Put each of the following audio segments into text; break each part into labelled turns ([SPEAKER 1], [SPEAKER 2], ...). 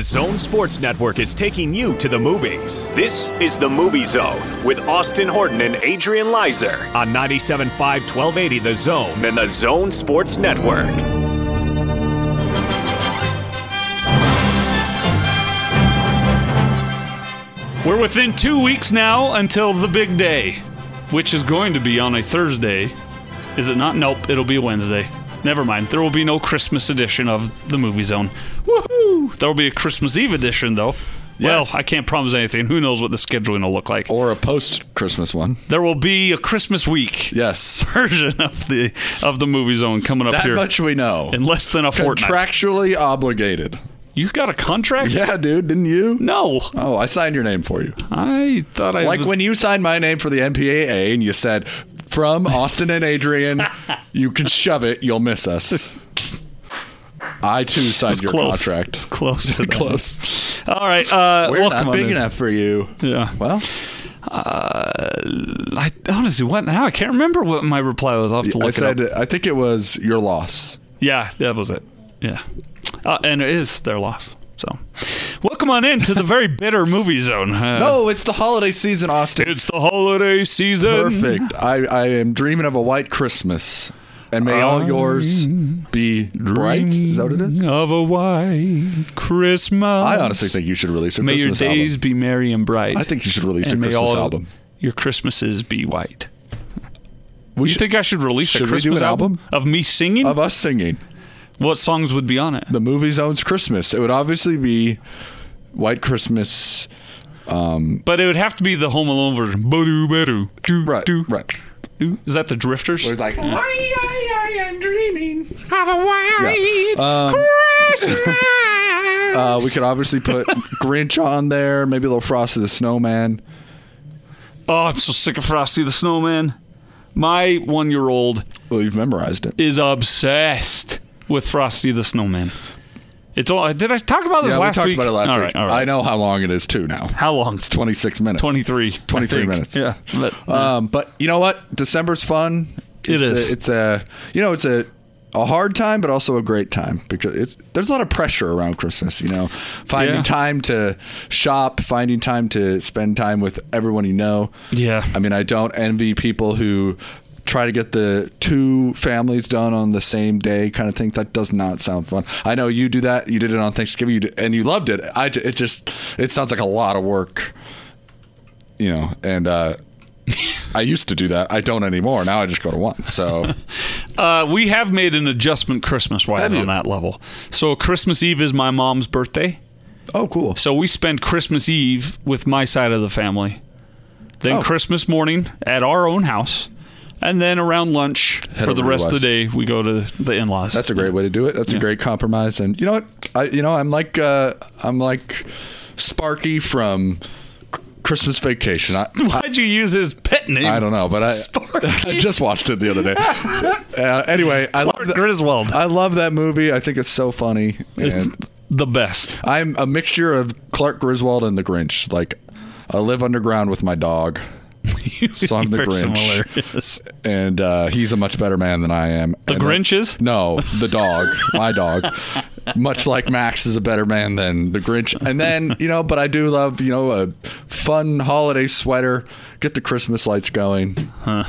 [SPEAKER 1] Zone Sports Network is taking you to the movies. This is the Movie Zone with Austin Horton and Adrian Lizer on 97.5 1280 The Zone and the Zone Sports Network.
[SPEAKER 2] We're within two weeks now until the big day, which is going to be on a Thursday. Is it not? Nope, it'll be a Wednesday. Never mind. There will be no Christmas edition of the Movie Zone. Woohoo! There will be a Christmas Eve edition, though.
[SPEAKER 3] Yes.
[SPEAKER 2] Well, I can't promise anything. Who knows what the scheduling will look like?
[SPEAKER 3] or a post Christmas one.
[SPEAKER 2] There will be a Christmas week
[SPEAKER 3] Yes,
[SPEAKER 2] version of the of the Movie Zone coming up
[SPEAKER 3] that
[SPEAKER 2] here
[SPEAKER 3] much we know.
[SPEAKER 2] in less than a fortnight.
[SPEAKER 3] Contractually obligated.
[SPEAKER 2] You got a contract?
[SPEAKER 3] Yeah, dude, didn't you?
[SPEAKER 2] No,
[SPEAKER 3] Oh, I signed your name for you.
[SPEAKER 2] I thought I
[SPEAKER 3] Like
[SPEAKER 2] was-
[SPEAKER 3] when you signed my name for the MPAA and you said, "From Austin and Adrian, you can shove it. You'll miss us." I too signed your
[SPEAKER 2] close. It's
[SPEAKER 3] contract.
[SPEAKER 2] close to that.
[SPEAKER 3] Close.
[SPEAKER 2] All right. Uh,
[SPEAKER 3] We're
[SPEAKER 2] welcome
[SPEAKER 3] not
[SPEAKER 2] on
[SPEAKER 3] big
[SPEAKER 2] in.
[SPEAKER 3] enough for you.
[SPEAKER 2] Yeah.
[SPEAKER 3] Well,
[SPEAKER 2] I honestly what now? I can't remember what my reply was. I'll have to look
[SPEAKER 3] I
[SPEAKER 2] it
[SPEAKER 3] said
[SPEAKER 2] up.
[SPEAKER 3] I think it was your loss.
[SPEAKER 2] Yeah, that was it. Yeah, uh, and it is their loss. So, welcome on in to the very bitter movie zone. Uh,
[SPEAKER 3] No, it's the holiday season, Austin.
[SPEAKER 2] it's the holiday season.
[SPEAKER 3] Perfect. I, I am dreaming of a white Christmas. And may all yours be bright. Is that what it is?
[SPEAKER 2] Of a white Christmas.
[SPEAKER 3] I honestly think you should release a
[SPEAKER 2] May
[SPEAKER 3] Christmas
[SPEAKER 2] your days
[SPEAKER 3] album.
[SPEAKER 2] be merry and bright.
[SPEAKER 3] I think you should release
[SPEAKER 2] and
[SPEAKER 3] a
[SPEAKER 2] may
[SPEAKER 3] Christmas
[SPEAKER 2] all
[SPEAKER 3] album.
[SPEAKER 2] your Christmases be white. you
[SPEAKER 3] We should-
[SPEAKER 2] think I should release
[SPEAKER 3] should
[SPEAKER 2] a
[SPEAKER 3] we do
[SPEAKER 2] Christmas
[SPEAKER 3] an album?
[SPEAKER 2] of me singing?
[SPEAKER 3] of us singing
[SPEAKER 2] what songs would be on it?
[SPEAKER 3] the movie zone's Christmas. It would obviously be White Christmas.
[SPEAKER 2] But it would have to be the Home Alone version. Badoo, badoo, doo,
[SPEAKER 3] Right.
[SPEAKER 2] doo,
[SPEAKER 3] Right.
[SPEAKER 2] doo. Is that the Drifters?
[SPEAKER 3] It's like I, I am dreaming.
[SPEAKER 2] Have a white
[SPEAKER 3] Um,
[SPEAKER 2] Christmas.
[SPEAKER 3] uh, we could obviously put Grinch on there, maybe a little Frosty the Snowman.
[SPEAKER 2] oh, I'm so sick of Frosty the Snowman. My one-year-old
[SPEAKER 3] Well, you've memorized it.
[SPEAKER 2] is obsessed with Frosty the Snowman. It's all. Did I talk about this
[SPEAKER 3] yeah, we
[SPEAKER 2] last
[SPEAKER 3] talked
[SPEAKER 2] week?
[SPEAKER 3] about it last
[SPEAKER 2] All
[SPEAKER 3] week.
[SPEAKER 2] right, all right.
[SPEAKER 3] I know how long it is too now.
[SPEAKER 2] How long?
[SPEAKER 3] 26 minutes.
[SPEAKER 2] 23.
[SPEAKER 3] 23
[SPEAKER 2] I think.
[SPEAKER 3] minutes.
[SPEAKER 2] Yeah. But,
[SPEAKER 3] Um, but you know what? December's fun.
[SPEAKER 2] It
[SPEAKER 3] it's
[SPEAKER 2] is.
[SPEAKER 3] A, it's a you know it's a a hard time, but also a great time because it's there's a lot of pressure around Christmas. You know, finding
[SPEAKER 2] Yeah.
[SPEAKER 3] time to shop, finding time to spend time with everyone you know.
[SPEAKER 2] yeah.
[SPEAKER 3] I mean, I don't envy people who try to get the two families done on the same day kind of thing. That does not sound fun. I know you do that. You did it on Thanksgiving, you did, and you loved it. I ju- it just it sounds like a lot of work, you know. And uh, I used to do that. I don't anymore. Now I just go to one. So
[SPEAKER 2] Uh, we have made an adjustment Christmas wise
[SPEAKER 3] Have you?
[SPEAKER 2] on that level. So Christmas Eve is my mom's birthday.
[SPEAKER 3] oh, cool.
[SPEAKER 2] So we spend Christmas Eve with my side of the family. Then
[SPEAKER 3] Oh.
[SPEAKER 2] Christmas morning at our own house. And then around lunch for
[SPEAKER 3] over
[SPEAKER 2] the
[SPEAKER 3] to
[SPEAKER 2] rest of the
[SPEAKER 3] Wes.
[SPEAKER 2] day, we go to the in laws.
[SPEAKER 3] That's a great way to do it. That's a great compromise. And you know what? I you know I'm like uh, I'm like Sparky from C- Christmas Vacation. I,
[SPEAKER 2] Why'd you use his pet name?
[SPEAKER 3] I don't know, but I,
[SPEAKER 2] Sparky.
[SPEAKER 3] I just watched it the other day. uh, anyway, I love,
[SPEAKER 2] Clark
[SPEAKER 3] that,
[SPEAKER 2] Griswold.
[SPEAKER 3] I love that movie. I think it's so funny.
[SPEAKER 2] it's
[SPEAKER 3] And
[SPEAKER 2] the best.
[SPEAKER 3] I'm a mixture of Clark Griswold and the Grinch. Like, I live underground with my dog, so I'm the
[SPEAKER 2] You're
[SPEAKER 3] Grinch.
[SPEAKER 2] hilarious.
[SPEAKER 3] and uh, he's a much better man than I am.
[SPEAKER 2] The
[SPEAKER 3] And
[SPEAKER 2] Grinch is?
[SPEAKER 3] No, the dog, my dog. Much like Max is a better man than the Grinch. And then, you know, but I do love, you know, a fun holiday sweater, get the Christmas lights going. Huh.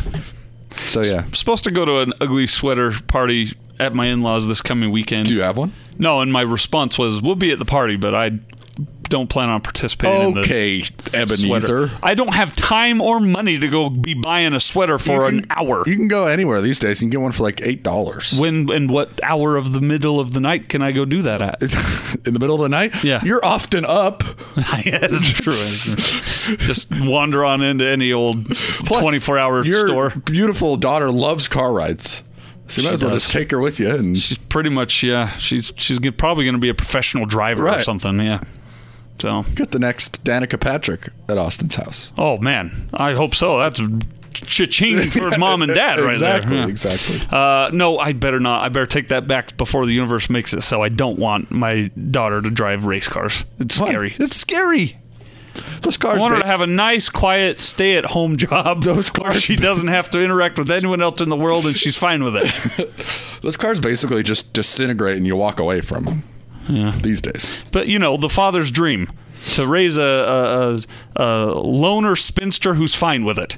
[SPEAKER 3] So, yeah.
[SPEAKER 2] Supposed to go to an ugly sweater party at my in laws this coming weekend.
[SPEAKER 3] Do you have one?
[SPEAKER 2] No, and my response was, "We'll be at the party, but I don't plan on participating." in the sweater. I don't have time or money to go be buying a sweater for
[SPEAKER 3] You
[SPEAKER 2] an hour.
[SPEAKER 3] You can go anywhere these days. You can get one for like $8.
[SPEAKER 2] when and what hour of the middle of the night can I go do that at?
[SPEAKER 3] In the middle of the night?
[SPEAKER 2] Yeah.
[SPEAKER 3] You're often up.
[SPEAKER 2] yeah, that's true. Just wander on into any old
[SPEAKER 3] Plus,
[SPEAKER 2] twenty-four hour
[SPEAKER 3] your
[SPEAKER 2] store.
[SPEAKER 3] beautiful daughter loves car rides. So you
[SPEAKER 2] She
[SPEAKER 3] might as well
[SPEAKER 2] does.
[SPEAKER 3] just take her with you and
[SPEAKER 2] She's pretty much yeah. She's she's g- probably going to be a professional driver or
[SPEAKER 3] Right.
[SPEAKER 2] something. Yeah. So
[SPEAKER 3] get the next Danica Patrick at Austin's house.
[SPEAKER 2] oh man, I hope so. That's cha-ching for mom and dad right
[SPEAKER 3] exactly,
[SPEAKER 2] there. Yeah.
[SPEAKER 3] exactly.
[SPEAKER 2] Uh, no, I better not. I better take that back before the universe makes it so I don't want my daughter to drive race cars. It's
[SPEAKER 3] Why?
[SPEAKER 2] scary. It's scary.
[SPEAKER 3] Those cars.
[SPEAKER 2] I want her to
[SPEAKER 3] bas-
[SPEAKER 2] have a nice, quiet, stay at home job
[SPEAKER 3] Those
[SPEAKER 2] where
[SPEAKER 3] cars-
[SPEAKER 2] she doesn't have to interact with anyone else in the world and she's fine with it.
[SPEAKER 3] those cars basically just disintegrate and you walk away from them. these days.
[SPEAKER 2] But you know, the father's dream to raise a a, a, a loner spinster who's fine with it,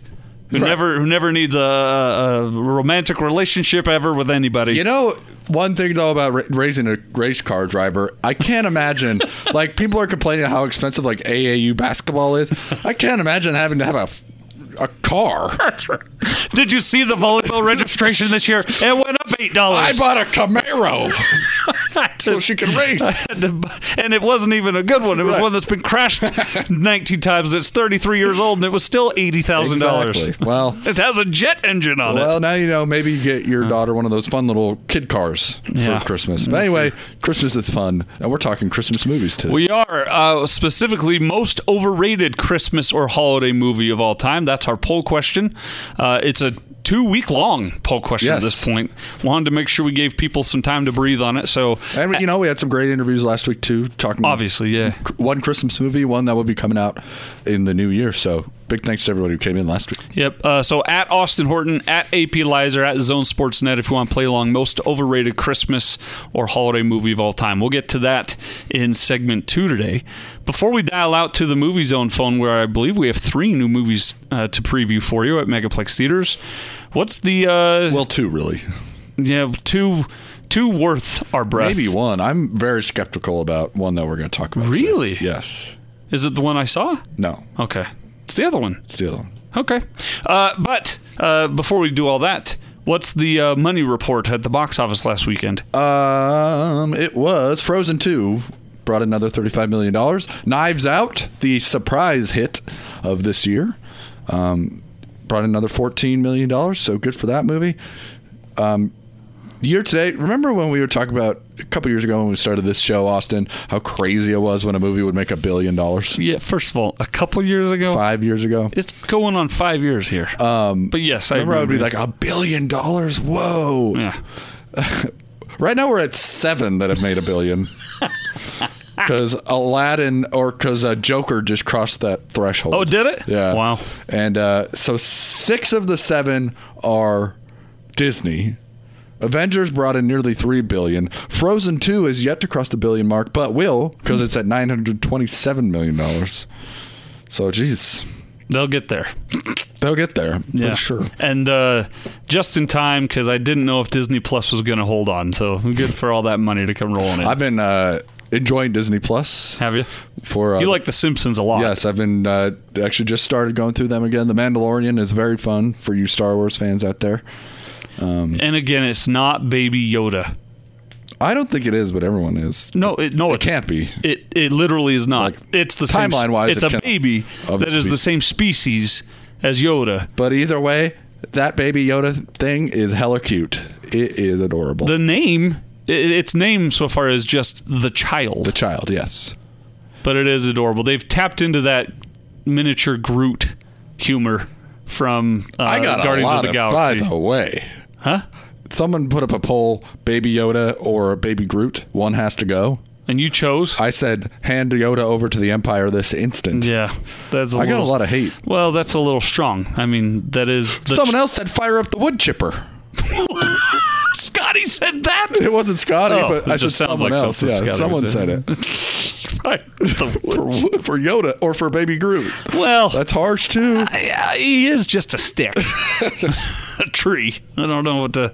[SPEAKER 2] who
[SPEAKER 3] Right.
[SPEAKER 2] never who never needs a, a a romantic relationship ever with anybody.
[SPEAKER 3] You know, one thing though about ra- raising a race car driver, I can't imagine. like people are complaining how expensive like AAU basketball is. I can't imagine having to have a f- a car.
[SPEAKER 2] Did you see the volleyball registration this year? It went up eight
[SPEAKER 3] I
[SPEAKER 2] dollars.
[SPEAKER 3] bought a Camaro so she can race.
[SPEAKER 2] and it wasn't even a good one. It was one that's been crashed 19 times. It's 33 years old, and it was still eighty thousand dollars.
[SPEAKER 3] Exactly. Well-
[SPEAKER 2] it has a jet engine on it.
[SPEAKER 3] Well, now you know. Maybe you get your daughter one of those fun little kid cars
[SPEAKER 2] Yeah.
[SPEAKER 3] for Christmas. But anyway, Christmas is fun, and we're talking Christmas movies too.
[SPEAKER 2] We are uh, specifically most overrated Christmas or holiday movie of all time. That's our poll question. Uh, it's a two week long poll question at
[SPEAKER 3] Yes.
[SPEAKER 2] this point. Wanted to make sure we gave people some time to breathe on it. So
[SPEAKER 3] and we- you know, we had some great interviews last week too, talking
[SPEAKER 2] obviously, yeah.
[SPEAKER 3] one Christmas movie, one that will be coming out in the new year. So big thanks to everybody who came in last week.
[SPEAKER 2] Yep. Uh, so at Austin Horton, at AP Lizer, at Zone Sportsnet, if you want to play along, most overrated Christmas or holiday movie of all time. We'll get to that in segment two today. Before we dial out to the Movie Zone phone, where I believe we have three new movies uh, to preview for you at Megaplex Theaters. What's the uh,
[SPEAKER 3] Well, two really,
[SPEAKER 2] yeah two two worth our breath?
[SPEAKER 3] maybe one. I'm very skeptical about one that we're going to talk about. today.
[SPEAKER 2] Really?
[SPEAKER 3] Yes.
[SPEAKER 2] Is it the one I saw?
[SPEAKER 3] No.
[SPEAKER 2] Okay, it's the other one.
[SPEAKER 3] It's the other one.
[SPEAKER 2] Okay. Uh, but uh, before we do all that, what's the uh, money report at the box office last weekend?
[SPEAKER 3] Um, it was Frozen 2 brought another $35 million. Knives Out, the surprise hit of this year, um, brought another $14 million. So good for that movie. Um, year to date, remember when we were talking about a couple years ago when we started this show, Austin, how crazy it was when a movie would make a billion dollars?
[SPEAKER 2] Yeah, first of all, a couple years ago.
[SPEAKER 3] Five years ago?
[SPEAKER 2] It's going on five years here. Um, but yes, I
[SPEAKER 3] Remember, I would be
[SPEAKER 2] remember
[SPEAKER 3] like, a billion dollars? Whoa.
[SPEAKER 2] that. yeah.
[SPEAKER 3] Right now we're at seven that have made a billion. Because Aladdin or because uh, Joker just crossed that threshold.
[SPEAKER 2] Oh, did it?
[SPEAKER 3] Yeah.
[SPEAKER 2] Wow.
[SPEAKER 3] And uh, so six of the seven are Disney. Avengers brought in nearly three billion. Frozen two is yet to cross the billion mark, but will because it's at nine hundred twenty-seven million dollars. So, geez,
[SPEAKER 2] They'll get there.
[SPEAKER 3] they'll get there.
[SPEAKER 2] Yeah,
[SPEAKER 3] for sure.
[SPEAKER 2] And uh, just in time because I didn't know if Disney Plus was going to hold on. So good for all that money to come rolling in.
[SPEAKER 3] I've been uh, enjoying Disney Plus
[SPEAKER 2] Have you?
[SPEAKER 3] for uh,
[SPEAKER 2] You like The Simpsons a lot.
[SPEAKER 3] Yes, I've been uh, actually just started going through them again. The Mandalorian is very fun for you Star Wars fans out there.
[SPEAKER 2] And again, it's not Baby Yoda.
[SPEAKER 3] I don't think it is, but everyone is.
[SPEAKER 2] No, it, no, it
[SPEAKER 3] Can't be.
[SPEAKER 2] It it literally is not.
[SPEAKER 3] Like,
[SPEAKER 2] it's the same
[SPEAKER 3] timeline wise,
[SPEAKER 2] It's
[SPEAKER 3] it
[SPEAKER 2] a
[SPEAKER 3] cannot-
[SPEAKER 2] baby
[SPEAKER 3] of
[SPEAKER 2] that
[SPEAKER 3] the
[SPEAKER 2] is the
[SPEAKER 3] species.
[SPEAKER 2] same species as Yoda.
[SPEAKER 3] But either way, that baby Yoda thing is hella cute. It is adorable.
[SPEAKER 2] The name, i its name so far is just the child.
[SPEAKER 3] the child, yes.
[SPEAKER 2] but it is adorable. They've tapped into that miniature Groot humor from uh,
[SPEAKER 3] I got
[SPEAKER 2] Guardians
[SPEAKER 3] a lot
[SPEAKER 2] of the
[SPEAKER 3] of,
[SPEAKER 2] Galaxy.
[SPEAKER 3] By the way,
[SPEAKER 2] Huh?
[SPEAKER 3] someone put up a poll: Baby Yoda or Baby Groot? One has to go.
[SPEAKER 2] And you chose?
[SPEAKER 3] I said, hand Yoda over to the Empire this instant.
[SPEAKER 2] yeah, that's. A
[SPEAKER 3] I got
[SPEAKER 2] little,
[SPEAKER 3] a lot of hate.
[SPEAKER 2] Well, that's a little strong. I mean, that is. The
[SPEAKER 3] Someone else said, fire up the wood chipper.
[SPEAKER 2] Scotty said that.
[SPEAKER 3] It wasn't Scotty,
[SPEAKER 2] Oh,
[SPEAKER 3] but
[SPEAKER 2] it
[SPEAKER 3] I said
[SPEAKER 2] just sounds
[SPEAKER 3] someone
[SPEAKER 2] like
[SPEAKER 3] else.
[SPEAKER 2] something
[SPEAKER 3] Yeah,
[SPEAKER 2] Scotty would
[SPEAKER 3] someone
[SPEAKER 2] say.
[SPEAKER 3] said it.
[SPEAKER 2] Right. The wood-
[SPEAKER 3] for Yoda or for Baby Groot.
[SPEAKER 2] well,
[SPEAKER 3] That's harsh too.
[SPEAKER 2] yeah, he is just a stick, a tree. I don't know what to.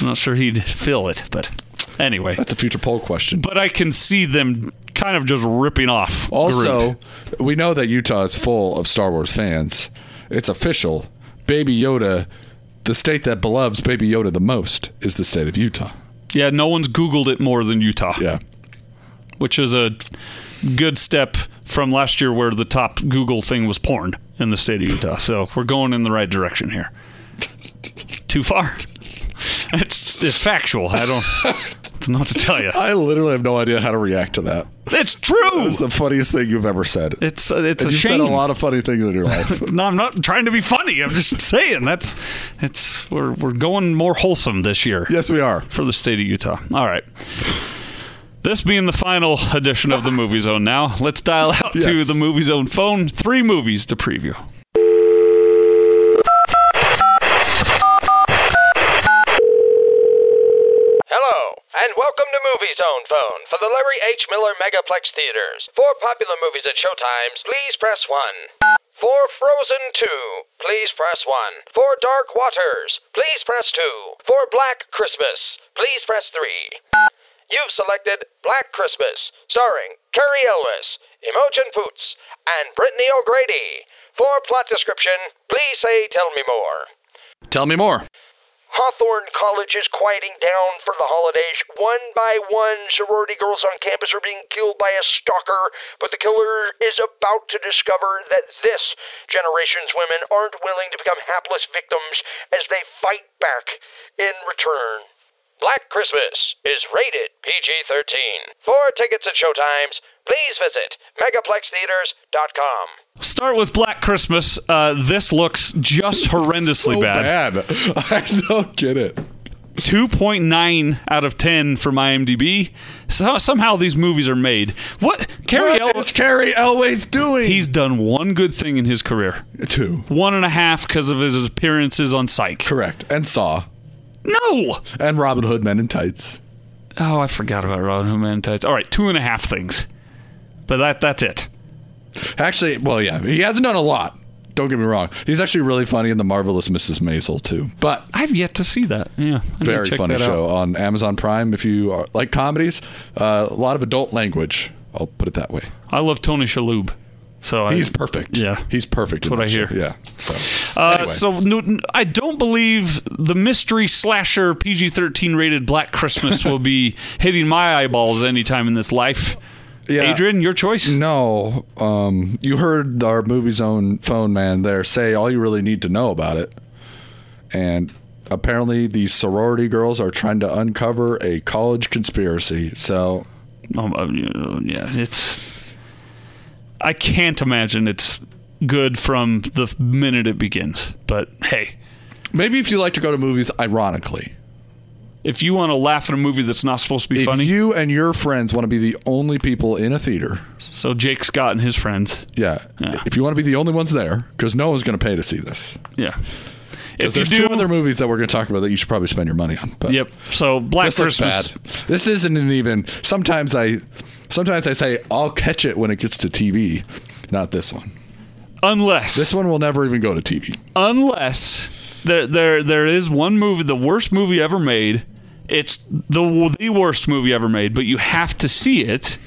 [SPEAKER 2] I'm not sure he'd fill it, but anyway.
[SPEAKER 3] That's a future poll question.
[SPEAKER 2] But I can see them kind of just ripping off. Groot.
[SPEAKER 3] Also, we know that Utah is full of Star Wars fans. It's official. Baby Yoda, the state that beloves Baby Yoda the most, is the state of Utah.
[SPEAKER 2] Yeah, no one's Googled it more than Utah,
[SPEAKER 3] Yeah.
[SPEAKER 2] which is a good step from last year where the top Google thing was porn in the state of Utah. So we're going in the right direction here. Too far? It's it's factual. I don't. It's not to tell you.
[SPEAKER 3] I literally have no idea how to react to that.
[SPEAKER 2] It's true.
[SPEAKER 3] It's the funniest thing you've ever said.
[SPEAKER 2] It's it's a
[SPEAKER 3] You've
[SPEAKER 2] shame.
[SPEAKER 3] said a lot of funny things in your life.
[SPEAKER 2] No, I'm not trying to be funny. I'm just saying that's it's we're we're going more wholesome this year.
[SPEAKER 3] yes, we are.
[SPEAKER 2] for the state of Utah. All right. This being the final edition of the Movie Zone now, let's dial out to
[SPEAKER 3] Yes.
[SPEAKER 2] the Movie Zone phone. Three movies to preview.
[SPEAKER 4] Hello, and welcome to Movie Zone Phone for the Larry Henry H. Miller Megaplex Theaters. For popular movies at showtimes, please press 1. For Frozen 2, please press 1. For Dark Waters, please press 2. For Black Christmas, please press 3. You've selected Black Christmas, starring Carrie Ellis, Imogen Poots, and Brittany O'Grady. For plot description, please say Tell Me More.
[SPEAKER 3] Tell me more.
[SPEAKER 4] Hawthorne College is quieting down for the holidays. One by one, sorority girls on campus are being killed by a stalker, but the killer is about to discover that this generation's women aren't willing to become hapless victims as they fight back in return. Black Christmas is rated PG 13. For tickets at showtimes, please visit megaplextheaters.com.
[SPEAKER 2] Start with Black Christmas. Uh, this looks just horrendously
[SPEAKER 3] so
[SPEAKER 2] bad.
[SPEAKER 3] I don't get it.
[SPEAKER 2] 2.9 out of 10 from IMDb. So, somehow these movies are made. What? Carrie
[SPEAKER 3] What
[SPEAKER 2] Ellis.
[SPEAKER 3] is Carrie Elway's doing?
[SPEAKER 2] He's done one good thing in his career.
[SPEAKER 3] two.
[SPEAKER 2] One and a half because of his appearances on Psych.
[SPEAKER 3] Correct. And Saw.
[SPEAKER 2] No!
[SPEAKER 3] And Robin Hood Men in Tights.
[SPEAKER 2] Oh, I forgot about Robin Hood Man in Tights. All right, two and a half things. But that that's it.
[SPEAKER 3] Actually, well, yeah, he hasn't done a lot. Don't get me wrong. He's actually really funny in The Marvelous Mrs. Maisel, too. But
[SPEAKER 2] I've yet to see that. Yeah. I need to
[SPEAKER 3] very
[SPEAKER 2] check
[SPEAKER 3] funny
[SPEAKER 2] that out.
[SPEAKER 3] show on Amazon Prime if you are, like comedies. Uh, a lot of adult language. I'll put it that way.
[SPEAKER 2] I love Tony Shalhoub. So I,
[SPEAKER 3] He's
[SPEAKER 2] Uh,
[SPEAKER 3] perfect.
[SPEAKER 2] Yeah.
[SPEAKER 3] He's perfect. That's
[SPEAKER 2] what I hear.
[SPEAKER 3] Yeah. So,
[SPEAKER 2] Uh,
[SPEAKER 3] anyway.
[SPEAKER 2] So no, I don't believe the mystery slasher PG-13 rated Black Christmas will be hitting my eyeballs anytime in this life.
[SPEAKER 3] Yeah.
[SPEAKER 2] Adrian, your choice.
[SPEAKER 3] No, um, you heard our movie zone phone man there say all you really need to know about it, and apparently the sorority girls are trying to uncover a college conspiracy. So
[SPEAKER 2] Um, uh, yeah, it's. I can't imagine it's good from the minute it begins. But hey,
[SPEAKER 3] maybe if you like to go to movies, ironically,
[SPEAKER 2] if you want to laugh at a movie that's not supposed to be
[SPEAKER 3] if
[SPEAKER 2] funny,
[SPEAKER 3] you and your friends want to be the only people in a theater,
[SPEAKER 2] so Jake Scott and his friends.
[SPEAKER 3] yeah,
[SPEAKER 2] Yeah.
[SPEAKER 3] if you want to be the only ones there, because no one's going to pay to see this.
[SPEAKER 2] Yeah. If
[SPEAKER 3] 'Cause
[SPEAKER 2] you
[SPEAKER 3] There's
[SPEAKER 2] do,
[SPEAKER 3] two other movies that we're going to talk about that you should probably spend your money on. But
[SPEAKER 2] yep. So Black
[SPEAKER 3] This looks
[SPEAKER 2] Christmas.
[SPEAKER 3] bad. This isn't an even. Sometimes I, sometimes I say I'll catch it when it gets to TV. Not this one.
[SPEAKER 2] Unless
[SPEAKER 3] This one will never even go to TV.
[SPEAKER 2] unless there there there is one movie, the worst movie ever made. It's the the worst movie ever made, but you have to see it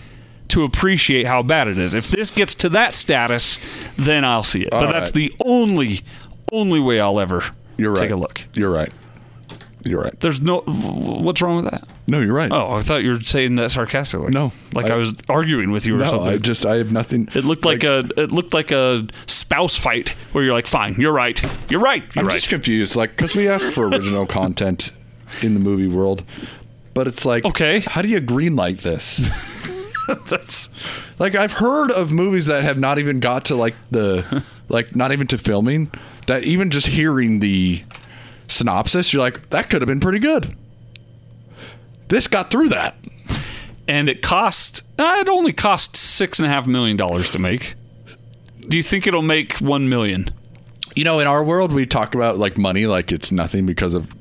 [SPEAKER 2] to appreciate how bad it is. If this gets to that status, then I'll see it. but
[SPEAKER 3] All
[SPEAKER 2] that's
[SPEAKER 3] right.
[SPEAKER 2] the only only way I'll ever
[SPEAKER 3] You're right.
[SPEAKER 2] take a look.
[SPEAKER 3] You're right. You're right.
[SPEAKER 2] There's no what's wrong with that?
[SPEAKER 3] No, you're right.
[SPEAKER 2] Oh, I thought you were saying that sarcastically.
[SPEAKER 3] No,
[SPEAKER 2] like I,
[SPEAKER 3] I-
[SPEAKER 2] was arguing with you or
[SPEAKER 3] no,
[SPEAKER 2] something.
[SPEAKER 3] I just I have nothing.
[SPEAKER 2] It looked like, a it looked like a spouse fight where you're like, fine, you're right, you're right, you're
[SPEAKER 3] I'm
[SPEAKER 2] right.
[SPEAKER 3] just confused, like because we ask for original content in the movie world, but it's like,
[SPEAKER 2] Okay.
[SPEAKER 3] how do you greenlight this?
[SPEAKER 2] That's-
[SPEAKER 3] like I've heard of movies that have not even got to like the, like not even to filming. That even just hearing the synopsis, you're like, that could have been pretty good. This got through that.
[SPEAKER 2] and it cost uh, it only cost six and a half million dollars to make. Do you think it'll make one million?
[SPEAKER 3] You know, in our world, we talk about like money like it's nothing because of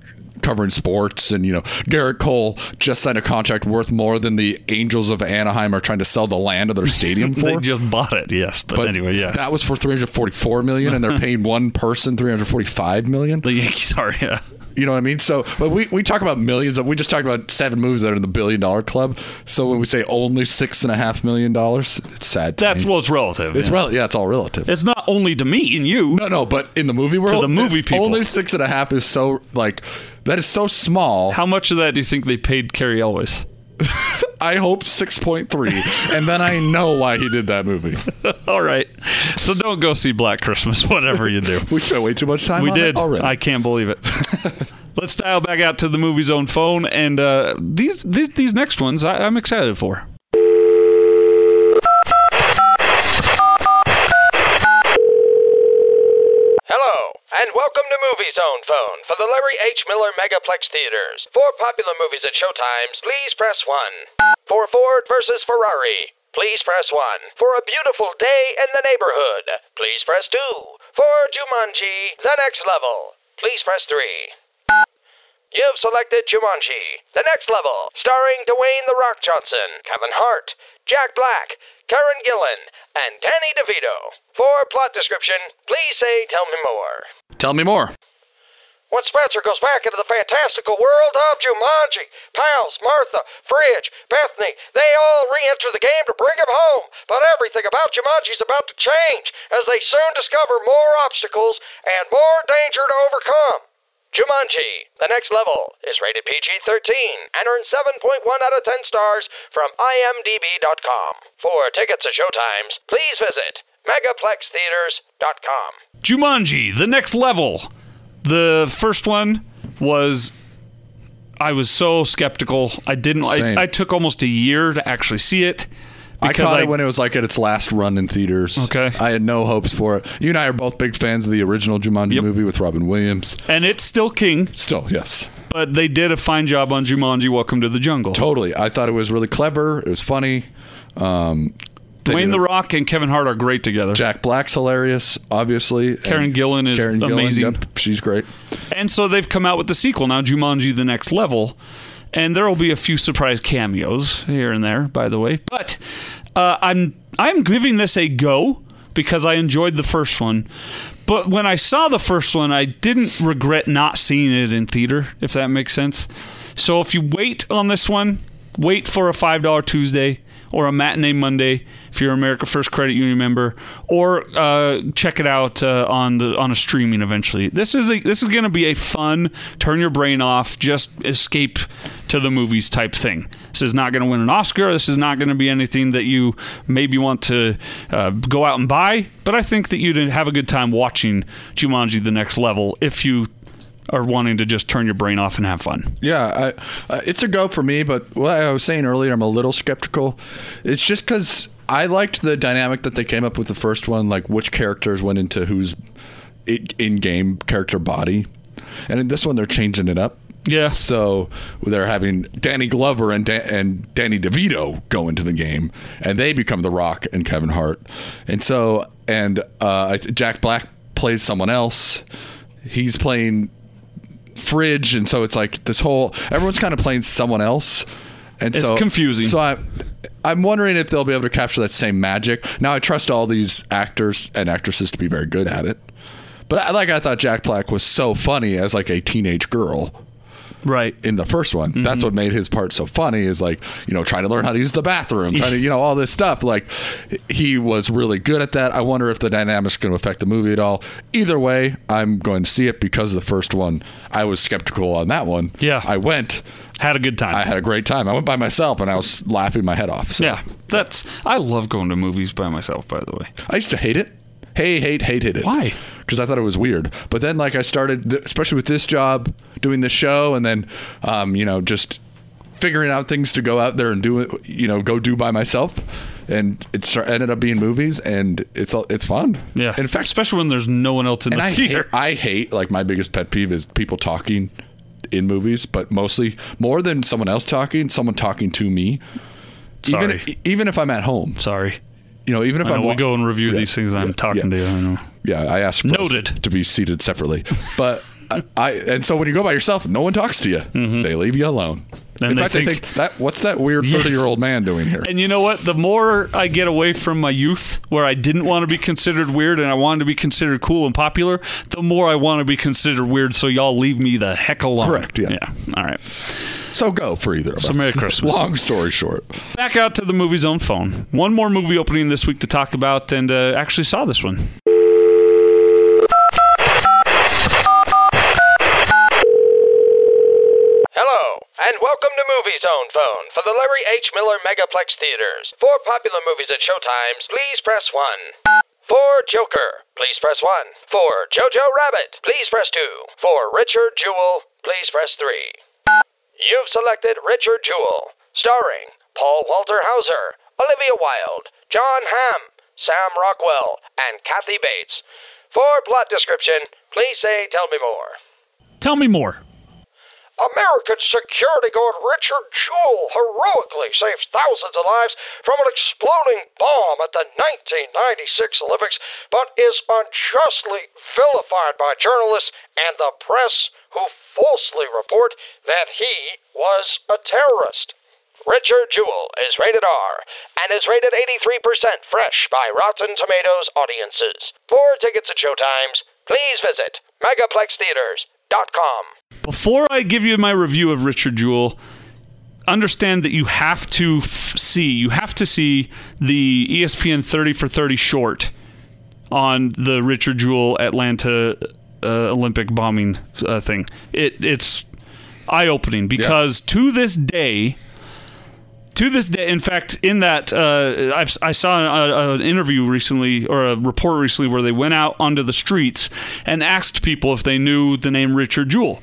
[SPEAKER 3] covering sports and you know Garrett Cole just signed a contract worth more than the Angels of Anaheim are trying to sell the land of their stadium
[SPEAKER 2] They
[SPEAKER 3] for.
[SPEAKER 2] just bought it, yes. But,
[SPEAKER 3] But
[SPEAKER 2] anyway, yeah,
[SPEAKER 3] that was for 344 million and they're paying one person 345 million.
[SPEAKER 2] the Yankees are. Yeah,
[SPEAKER 3] You know what I mean? So, but we, we talk about millions of, we just talked about seven movies that are in the billion dollar club. So when we say only six and a half million dollars, it's sad. To
[SPEAKER 2] that's
[SPEAKER 3] me.
[SPEAKER 2] well, it's relative.
[SPEAKER 3] it's
[SPEAKER 2] yeah.
[SPEAKER 3] rel- yeah, it's all relative.
[SPEAKER 2] it's not only to me and you.
[SPEAKER 3] No, no, but in the movie world,
[SPEAKER 2] the movie
[SPEAKER 3] it's
[SPEAKER 2] people.
[SPEAKER 3] only six and a half is so like that is so small.
[SPEAKER 2] How much of that do you think they paid Carrie Elwes?
[SPEAKER 3] I hope six point three, and then I know why he did that movie.
[SPEAKER 2] All right, so don't go see Black Christmas. Whatever you do.
[SPEAKER 3] We spent way too much time.
[SPEAKER 2] We
[SPEAKER 3] on
[SPEAKER 2] did.
[SPEAKER 3] it already.
[SPEAKER 2] I can't believe it. Let's dial back out to the movie zone phone, and uh, these, these these next ones I, I'm excited for.
[SPEAKER 4] Hello, and welcome to Movie Zone Phone for the Larry H. Miller Megaplex Theaters. For popular movies at showtimes, please press 1. For Ford versus Ferrari, please press 1. For A Beautiful Day in the Neighborhood, please press 2. For Jumanji, The Next Level, please press 3. You've selected Jumanji, The Next Level, starring Dwayne The Rock Johnson, Kevin Hart, Jack Black, Karen Gillan, and Danny DeVito. For plot description, please say Tell Me More.
[SPEAKER 3] Tell me more.
[SPEAKER 4] When Spencer goes back into the fantastical world of Jumanji, Pals, Martha, Fridge, Bethany, they all re enter the game to bring him home. But everything about Jumanji is about to change as they soon discover more obstacles and more danger to overcome. Jumanji, the next level, is rated PG 13 and earned 7.1 out of 10 stars from imdb.com. For tickets and showtimes, please visit megaplextheaters.com.
[SPEAKER 2] Jumanji, the next level. The first one was I was so skeptical. I didn't
[SPEAKER 3] Same.
[SPEAKER 2] I, I took almost a year to actually see it because
[SPEAKER 3] I caught
[SPEAKER 2] I,
[SPEAKER 3] it when it was like at its last run in theaters.
[SPEAKER 2] Okay.
[SPEAKER 3] I had no hopes for it. You and I are both big fans of the original Jumanji
[SPEAKER 2] Yep.
[SPEAKER 3] movie with Robin Williams.
[SPEAKER 2] and it's still king,
[SPEAKER 3] Still, yes.
[SPEAKER 2] but they did a fine job on Jumanji Welcome to the Jungle.
[SPEAKER 3] Totally. I thought it was really clever. It was funny. Um, they
[SPEAKER 2] Dwayne
[SPEAKER 3] did
[SPEAKER 2] the
[SPEAKER 3] a-
[SPEAKER 2] Rock and Kevin Hart are great together.
[SPEAKER 3] Jack Black's hilarious, obviously. and
[SPEAKER 2] Karen Gillan is
[SPEAKER 3] Karen Gillan,
[SPEAKER 2] amazing.
[SPEAKER 3] Yep, she's great.
[SPEAKER 2] And so they've come out with the sequel now, Jumanji: The Next Level, and there will be a few surprise cameos here and there, by the way. But uh, I'm I'm giving this a go because I enjoyed the first one. But when I saw the first one, I didn't regret not seeing it in theater, if that makes sense. So if you wait on this one, wait for a five dollar Tuesday or a matinee Monday if you're an America First Credit Union member, or uh, check it out uh, on the on a streaming eventually. This is a, this is going to be a fun turn your brain off, just escape to the movies type thing. This is not going to win an Oscar. This is not going to be anything that you maybe want to uh, go out and buy. But I think that you'd have a good time watching Jumanji: The Next Level if you are wanting to just turn your brain off and have fun.
[SPEAKER 3] Yeah, I, uh, it's a go for me. But what I was saying earlier, I'm a little skeptical. It's just because I liked the dynamic that they came up with the first one, like which characters went into whose in game character body. And in this one, they're changing it up.
[SPEAKER 2] Yeah.
[SPEAKER 3] So they're having Danny Glover and Dan- and Danny DeVito go into the game, and they become The Rock and Kevin Hart, and so and uh, I th- Jack Black plays someone else. He's playing Fridge, and so it's like this whole everyone's kind of playing someone else, and
[SPEAKER 2] It's
[SPEAKER 3] so
[SPEAKER 2] confusing.
[SPEAKER 3] So I. I'm wondering if they'll be able to capture that same magic. Now I trust all these actors and actresses to be very good at it, but I, like I thought, Jack Black was so funny as like a teenage girl
[SPEAKER 2] Right.
[SPEAKER 3] in the first one. That's what made his part so funny is like, you know, trying to learn how to use the bathroom, trying to, you know, all this stuff. Like he was really good at that. I wonder if the dynamics going to affect the movie at all. Either way, I'm going to see it because the first one, I was skeptical on that one.
[SPEAKER 2] Yeah.
[SPEAKER 3] I went,
[SPEAKER 2] Had a good time.
[SPEAKER 3] I had a great time. I went by myself and I was laughing my head off. So
[SPEAKER 2] Yeah, that's. I love going to movies by myself. By the way,
[SPEAKER 3] I used to hate it. Hey, hate, hate, hate it.
[SPEAKER 2] Why?
[SPEAKER 3] Because I thought it was weird. But then, like, I started, th- especially with this job, doing this show, and then, um, you know, just figuring out things to go out there and do, it, you know, go do by myself. And it start, ended up being movies, and it's all- it's fun.
[SPEAKER 2] yeah.
[SPEAKER 3] In fact,
[SPEAKER 2] especially when there's no one else in
[SPEAKER 3] and
[SPEAKER 2] the
[SPEAKER 3] I hate,
[SPEAKER 2] theater.
[SPEAKER 3] I hate like my biggest pet peeve is people talking in movies, but mostly more than someone else talking, someone talking to me.
[SPEAKER 2] Sorry,
[SPEAKER 3] Even e, even if I'm at home,
[SPEAKER 2] sorry.
[SPEAKER 3] you know, even if
[SPEAKER 2] I know
[SPEAKER 3] I'm
[SPEAKER 2] we
[SPEAKER 3] wa-
[SPEAKER 2] go and review
[SPEAKER 3] Yeah,
[SPEAKER 2] these things. and I'm
[SPEAKER 3] yeah,
[SPEAKER 2] talking
[SPEAKER 3] yeah.
[SPEAKER 2] to you. I know.
[SPEAKER 3] Yeah, I asked for us
[SPEAKER 2] Noted.
[SPEAKER 3] to be seated separately. But I, I and so when you go by yourself, no one talks to you. They leave you alone.
[SPEAKER 2] Mm-hmm. And
[SPEAKER 3] In
[SPEAKER 2] they
[SPEAKER 3] fact, they
[SPEAKER 2] think-
[SPEAKER 3] think that what's that weird
[SPEAKER 2] Yes.
[SPEAKER 3] thirty-year-old man doing here?
[SPEAKER 2] And you know what? The more I get away from my youth, where I didn't want to be considered weird and I wanted to be considered cool and popular, the more I want to be considered weird. So y'all leave me the heck alone.
[SPEAKER 3] Correct, yeah.
[SPEAKER 2] Yeah. All right.
[SPEAKER 3] So go for either of us.
[SPEAKER 2] Merry Christmas.
[SPEAKER 3] Long story short,
[SPEAKER 2] Back out to the movie's own phone. One more movie opening this week to talk about, and uh, actually saw this one.
[SPEAKER 4] Hello, and welcome to Movie Zone Phone for the Larry H. Miller Megaplex Theaters. For popular movies at showtimes, please press 1. For Joker, please press 1. For Jojo Rabbit, please press 2. For Richard Jewell, please press 3. You've selected Richard Jewell, starring Paul Walter Hauser, Olivia Wilde, John Hamm, Sam Rockwell, and Kathy Bates. For plot description, please say Tell Me More.
[SPEAKER 2] Tell me more.
[SPEAKER 4] American security guard Richard Jewell heroically saves thousands of lives from an exploding bomb at the 1996 Olympics, but is unjustly vilified by journalists and the press who falsely report that he was a terrorist. Richard Jewell is rated R and is rated 83% fresh by Rotten Tomatoes audiences. For tickets and showtimes, please visit megaplextheaters.com.
[SPEAKER 2] Before I give you my review of Richard Jewell, understand that you have to f- see you have to see the E ESPN 30 for 30 short on the Richard Jewell Atlanta uh, Olympic bombing uh, thing. It it's eye opening because to this day to this day, in fact, in that uh, I've, I saw an, a, an interview recently or a report recently where they went out onto the streets and asked people if they knew the name Richard Jewell,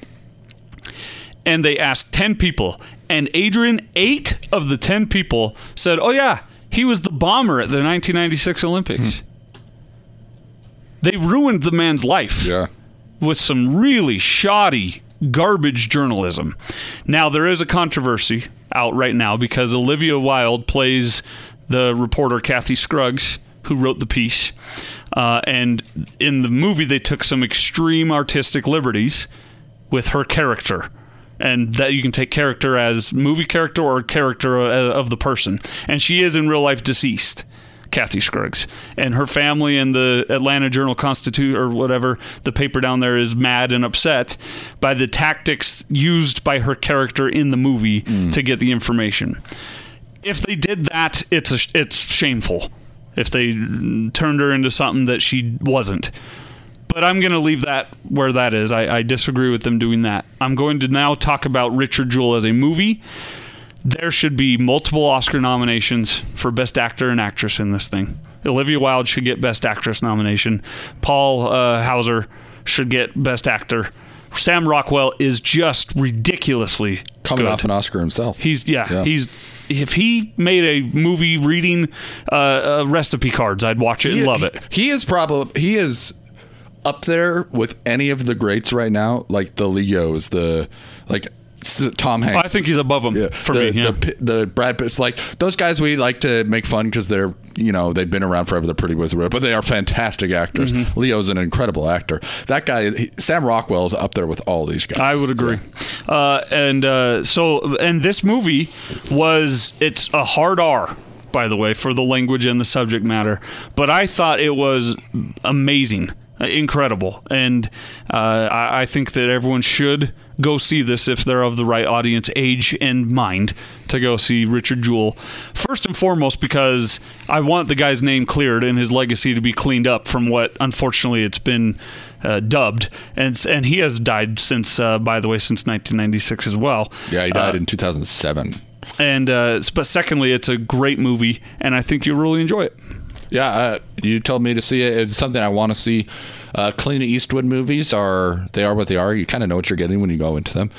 [SPEAKER 2] and they asked ten people, and Adrian, eight of the ten people said, "Oh yeah, he was the bomber at the 1996 Olympics." They ruined the man's life
[SPEAKER 3] Yeah.
[SPEAKER 2] with some really shoddy garbage journalism. Now there is a controversy out right now because Olivia Wilde plays the reporter Kathy Scruggs who wrote the piece. Uh, and in the movie they took some extreme artistic liberties with her character. And that you can take character as movie character or character uh, of the person. And she is in real life deceased. Kathy Scruggs and her family and the Atlanta Journal Constitute or whatever the paper down there is mad and upset by the tactics used by her character in the movie to get the information. If they did that, it's a, it's shameful. If they mm, turned her into something that she wasn't. But I'm going to leave that where that is. I, I disagree with them doing that. I'm going to now talk about Richard Jewell as a movie there should be multiple Oscar nominations for Best Actor and Actress in this thing. Olivia Wilde should get Best Actress nomination. Paul uh, Hauser should get Best Actor. Sam Rockwell is just ridiculously
[SPEAKER 3] Coming
[SPEAKER 2] good.
[SPEAKER 3] off an Oscar himself.
[SPEAKER 2] He's yeah,
[SPEAKER 3] Yeah.
[SPEAKER 2] He's if he made a movie reading uh, uh, recipe cards, I'd watch it and love it.
[SPEAKER 3] He is probably he is up there with any of the greats right now, like the Leos, the like s- Tom Hanks.
[SPEAKER 2] I think he's above him
[SPEAKER 3] Yeah,
[SPEAKER 2] for
[SPEAKER 3] the,
[SPEAKER 2] me. Yeah.
[SPEAKER 3] the P- the Brad Pitt's like those guys we like to make fun because they're you know they've been around forever. They're pretty wizard, but they are fantastic actors.
[SPEAKER 2] Mm-hmm.
[SPEAKER 3] Leo's an incredible actor. That guy, he, Sam Rockwell's up there with all these guys.
[SPEAKER 2] I would agree. Uh, and uh, so, and this movie was, it's a hard R, by the way, for the language and the subject matter. But I thought it was amazing, uh, incredible. And uh, I, I think that everyone should go see this if they're of the right audience, age, and mind to go see Richard Jewell. First and foremost, because I want the guy's name cleared and his legacy to be cleaned up from what, unfortunately, it's been uh, dubbed. And s- and he has died since, uh, by the way, since 1996 as well. Uh,
[SPEAKER 3] Yeah, he died in 2007.
[SPEAKER 2] And uh, s- but secondly, it's a great movie, and I think you'll really enjoy it.
[SPEAKER 5] Yeah, uh, you told me to see it. It's something I want to see. Uh, Clint Eastwood movies are they are what they are. You kind of know what you're getting when you go into them,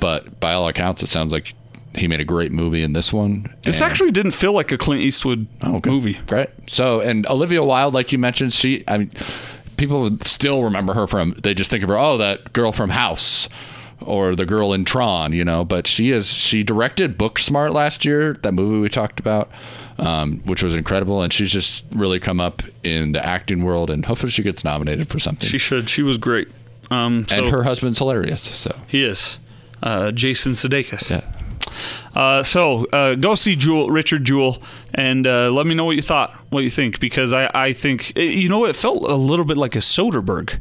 [SPEAKER 5] but by all accounts, it sounds like he made a great movie in this one.
[SPEAKER 2] This
[SPEAKER 5] And-
[SPEAKER 2] actually didn't feel like a Clint Eastwood
[SPEAKER 3] Oh,
[SPEAKER 5] okay.
[SPEAKER 2] movie.
[SPEAKER 5] right? So, and Olivia Wilde, like you mentioned, she I mean, people would still remember her from. They just think of her, oh, that girl from House. Or the girl in Tron, you know, but she is she directed Booksmart last year, that movie we talked about, um, which was incredible, and she's just really come up in the acting world, and hopefully she gets nominated for something.
[SPEAKER 2] She should. She was great. Um, so
[SPEAKER 5] and her husband's hilarious, so
[SPEAKER 2] he is uh, Jason Sudeikis.
[SPEAKER 5] yeah.
[SPEAKER 2] Uh, so uh, go see Jewel, Richard Jewell, and uh, let me know what you thought, what you think, because I, I think it, you know it felt a little bit like a Soderbergh,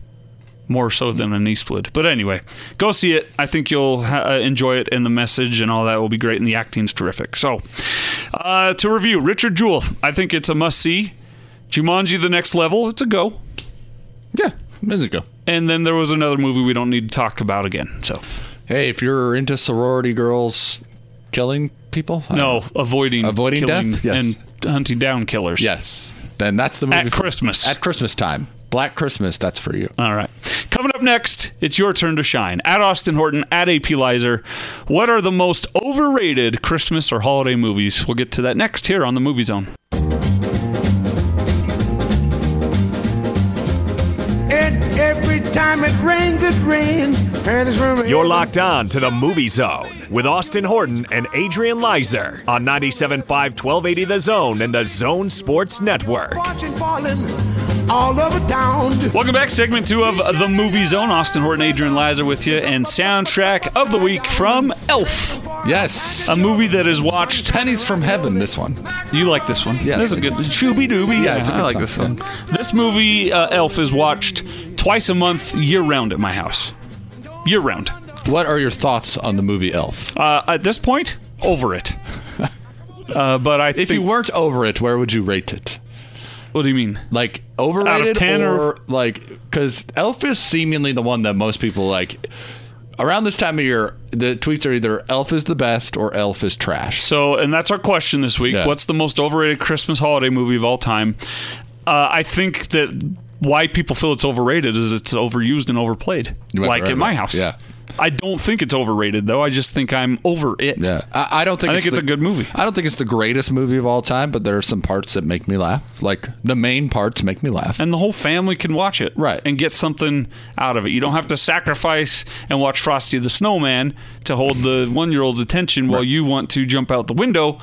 [SPEAKER 2] more so than an Eastwood. But anyway, go see it. I think you'll ha- uh, enjoy it, and the message and all that will be great, and the acting's terrific. So uh, to review, Richard Jewell, I think it's a must see. Jumanji: The Next Level, it's a go.
[SPEAKER 5] Yeah, there you go.
[SPEAKER 2] And then there was another movie we don't need to talk about again. So
[SPEAKER 5] Hey, if you're into sorority girls killing people, I
[SPEAKER 2] no, avoiding
[SPEAKER 5] Avoiding
[SPEAKER 2] killing
[SPEAKER 5] death? Yes.
[SPEAKER 2] and hunting down killers.
[SPEAKER 5] Yes. Then that's the movie.
[SPEAKER 2] At
[SPEAKER 5] for-
[SPEAKER 2] Christmas.
[SPEAKER 5] At Christmas time. Black Christmas, that's for you.
[SPEAKER 2] All right. Coming up next, it's your turn to shine. At Austin Horton, at AP Lizer, what are the most overrated Christmas or holiday movies? We'll get to that next here on the Movie Zone.
[SPEAKER 6] And every time it rains, it rains. And it's raining.
[SPEAKER 1] You're locked on to the Movie Zone with Austin Horton and Adrian Lizer on 97.5 1280 The Zone and the Zone Sports Network.
[SPEAKER 6] Fortune falling all over town.
[SPEAKER 2] Welcome back, segment two of the Movie Zone. Austin Horton, Adrian Liza with you, and soundtrack of the week from Elf,
[SPEAKER 3] Yes.
[SPEAKER 2] a movie that is watched.
[SPEAKER 3] Pennies from heaven. This one.
[SPEAKER 2] You like this one?
[SPEAKER 3] Yes.
[SPEAKER 2] this is a good. Shooby dooby.
[SPEAKER 3] Yeah, it's a good song,
[SPEAKER 2] This movie, uh, Elf, is watched twice a month, year round, at my house. Year round.
[SPEAKER 3] What are your thoughts on the movie Elf?
[SPEAKER 2] Uh, at this point, over it. Uh, but I
[SPEAKER 3] if
[SPEAKER 2] think.
[SPEAKER 3] you weren't over it, where would you rate it?
[SPEAKER 2] what do you mean?
[SPEAKER 3] Like overrated
[SPEAKER 2] 10 or-
[SPEAKER 3] or, like because Elf is seemingly the one that most people like. Around this time of year, the tweets are either Elf is the best or Elf is trash.
[SPEAKER 2] So, and that's our question this week.
[SPEAKER 3] Yeah.
[SPEAKER 2] What's the most overrated Christmas holiday movie of all time? Uh, I think that why people feel it's overrated is it's overused and overplayed,
[SPEAKER 3] Right,
[SPEAKER 2] like
[SPEAKER 3] right,
[SPEAKER 2] at my
[SPEAKER 3] right.
[SPEAKER 2] house.
[SPEAKER 3] Yeah.
[SPEAKER 2] I don't think it's overrated though. I just think I'm over it.
[SPEAKER 3] Yeah, I, I don't think
[SPEAKER 2] I think it's a good movie.
[SPEAKER 3] I don't think it's the greatest movie of all time, but there are some parts that make me laugh. Like the main parts make me laugh.
[SPEAKER 2] And the whole family can watch it,
[SPEAKER 3] Right.
[SPEAKER 2] And get something out of it. You don't have to sacrifice and watch Frosty the Snowman to hold the one-year-old's attention while you want to jump out the window.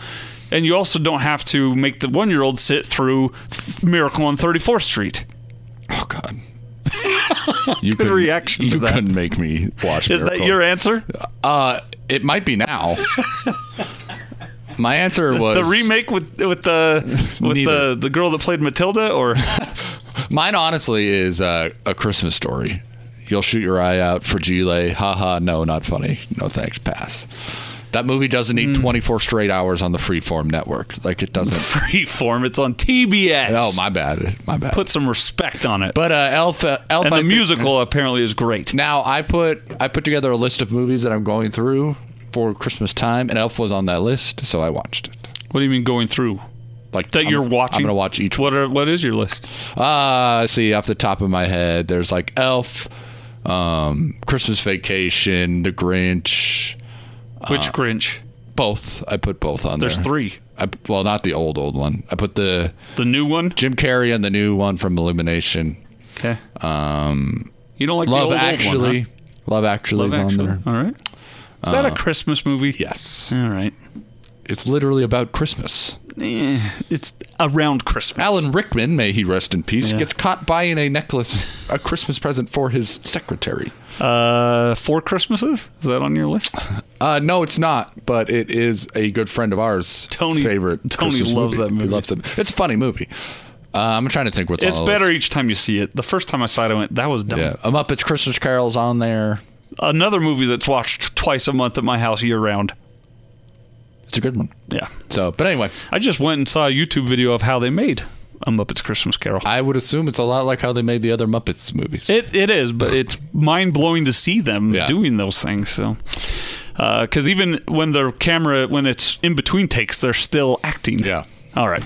[SPEAKER 2] And you also don't have to make the one-year-old sit through th- Miracle on 34th Street.
[SPEAKER 3] Oh God, you could
[SPEAKER 2] reaction to
[SPEAKER 3] You
[SPEAKER 2] that.
[SPEAKER 3] couldn't make me watch.
[SPEAKER 2] Is that
[SPEAKER 3] Miracle.
[SPEAKER 2] your answer?
[SPEAKER 3] Uh, it might be now. My answer was
[SPEAKER 2] The remake with with the with the,
[SPEAKER 3] Neither.
[SPEAKER 2] the girl that played Matilda, or
[SPEAKER 3] Mine honestly is uh, a Christmas story. You'll shoot your eye out for Gile. Ha ha. No, not funny. No thanks. Pass. That movie doesn't need
[SPEAKER 2] Hmm.
[SPEAKER 3] 24 straight hours on the Freeform network. Like it doesn't.
[SPEAKER 2] Freeform? It's on TBS.
[SPEAKER 3] oh my bad. My bad.
[SPEAKER 2] Put some respect on it.
[SPEAKER 3] but uh, Elf, uh, Elf.
[SPEAKER 2] and
[SPEAKER 3] I
[SPEAKER 2] the
[SPEAKER 3] think-
[SPEAKER 2] musical apparently is great.
[SPEAKER 3] Now I put I put together a list of movies that I'm going through for Christmas time, and Elf was on that list, so I watched it.
[SPEAKER 2] What do you mean going through?
[SPEAKER 3] Like
[SPEAKER 2] That
[SPEAKER 3] I'm-
[SPEAKER 2] you're watching?
[SPEAKER 3] I'm gonna watch each
[SPEAKER 2] What are what is your list?
[SPEAKER 3] Ah, see, off the top of my head, there's like Elf, um, Christmas Vacation, The Grinch,
[SPEAKER 2] Which Grinch?
[SPEAKER 3] both. I put both on
[SPEAKER 2] There's
[SPEAKER 3] Uh, there.
[SPEAKER 2] three.
[SPEAKER 3] I, well, not the old old one. I put the
[SPEAKER 2] The new one.
[SPEAKER 3] Jim Carrey and the new one from Illumination.
[SPEAKER 2] Okay. Um, you don't like
[SPEAKER 3] Love
[SPEAKER 2] the old,
[SPEAKER 3] Actually,
[SPEAKER 2] old one, huh?
[SPEAKER 3] Love Actually
[SPEAKER 2] Love
[SPEAKER 3] is
[SPEAKER 2] Actually.
[SPEAKER 3] on there. Uh,
[SPEAKER 2] All right. Is that a Christmas movie?
[SPEAKER 3] Yes,
[SPEAKER 2] All right. Eh,
[SPEAKER 3] it's literally about Christmas.
[SPEAKER 2] It's around Christmas.
[SPEAKER 3] Alan Rickman, may he rest in peace,
[SPEAKER 2] Yeah.
[SPEAKER 3] gets caught buying a necklace, a Christmas present for his secretary.
[SPEAKER 2] Uh, four Christmases. Is that on your list?
[SPEAKER 3] Uh, no, it's not, but it is a good friend of ours.
[SPEAKER 2] Tony-
[SPEAKER 3] favorite.
[SPEAKER 2] Tony
[SPEAKER 3] Christmas
[SPEAKER 2] loves that movie.
[SPEAKER 3] He loves it. It's a funny movie. Uh, I'm trying to think what's
[SPEAKER 2] It's
[SPEAKER 3] on the
[SPEAKER 2] better
[SPEAKER 3] list.
[SPEAKER 2] each time you see it. The first time I saw it, I went, "That was dumb."
[SPEAKER 3] Yeah, a Muppets Christmas Carol's on there.
[SPEAKER 2] Another movie that's watched twice a month at my house year round.
[SPEAKER 3] It's a good one.
[SPEAKER 2] Yeah,
[SPEAKER 3] So, but anyway,
[SPEAKER 2] I just went and saw a YouTube video of how they made a Muppets Christmas Carol.
[SPEAKER 3] I would assume it's a lot like how they made the other Muppets movies.
[SPEAKER 2] It it is, but it's mind blowing to see them
[SPEAKER 3] Yeah.
[SPEAKER 2] doing those things. So, because even when their camera, when it's in between takes, they're still acting.
[SPEAKER 3] Yeah.
[SPEAKER 2] All right.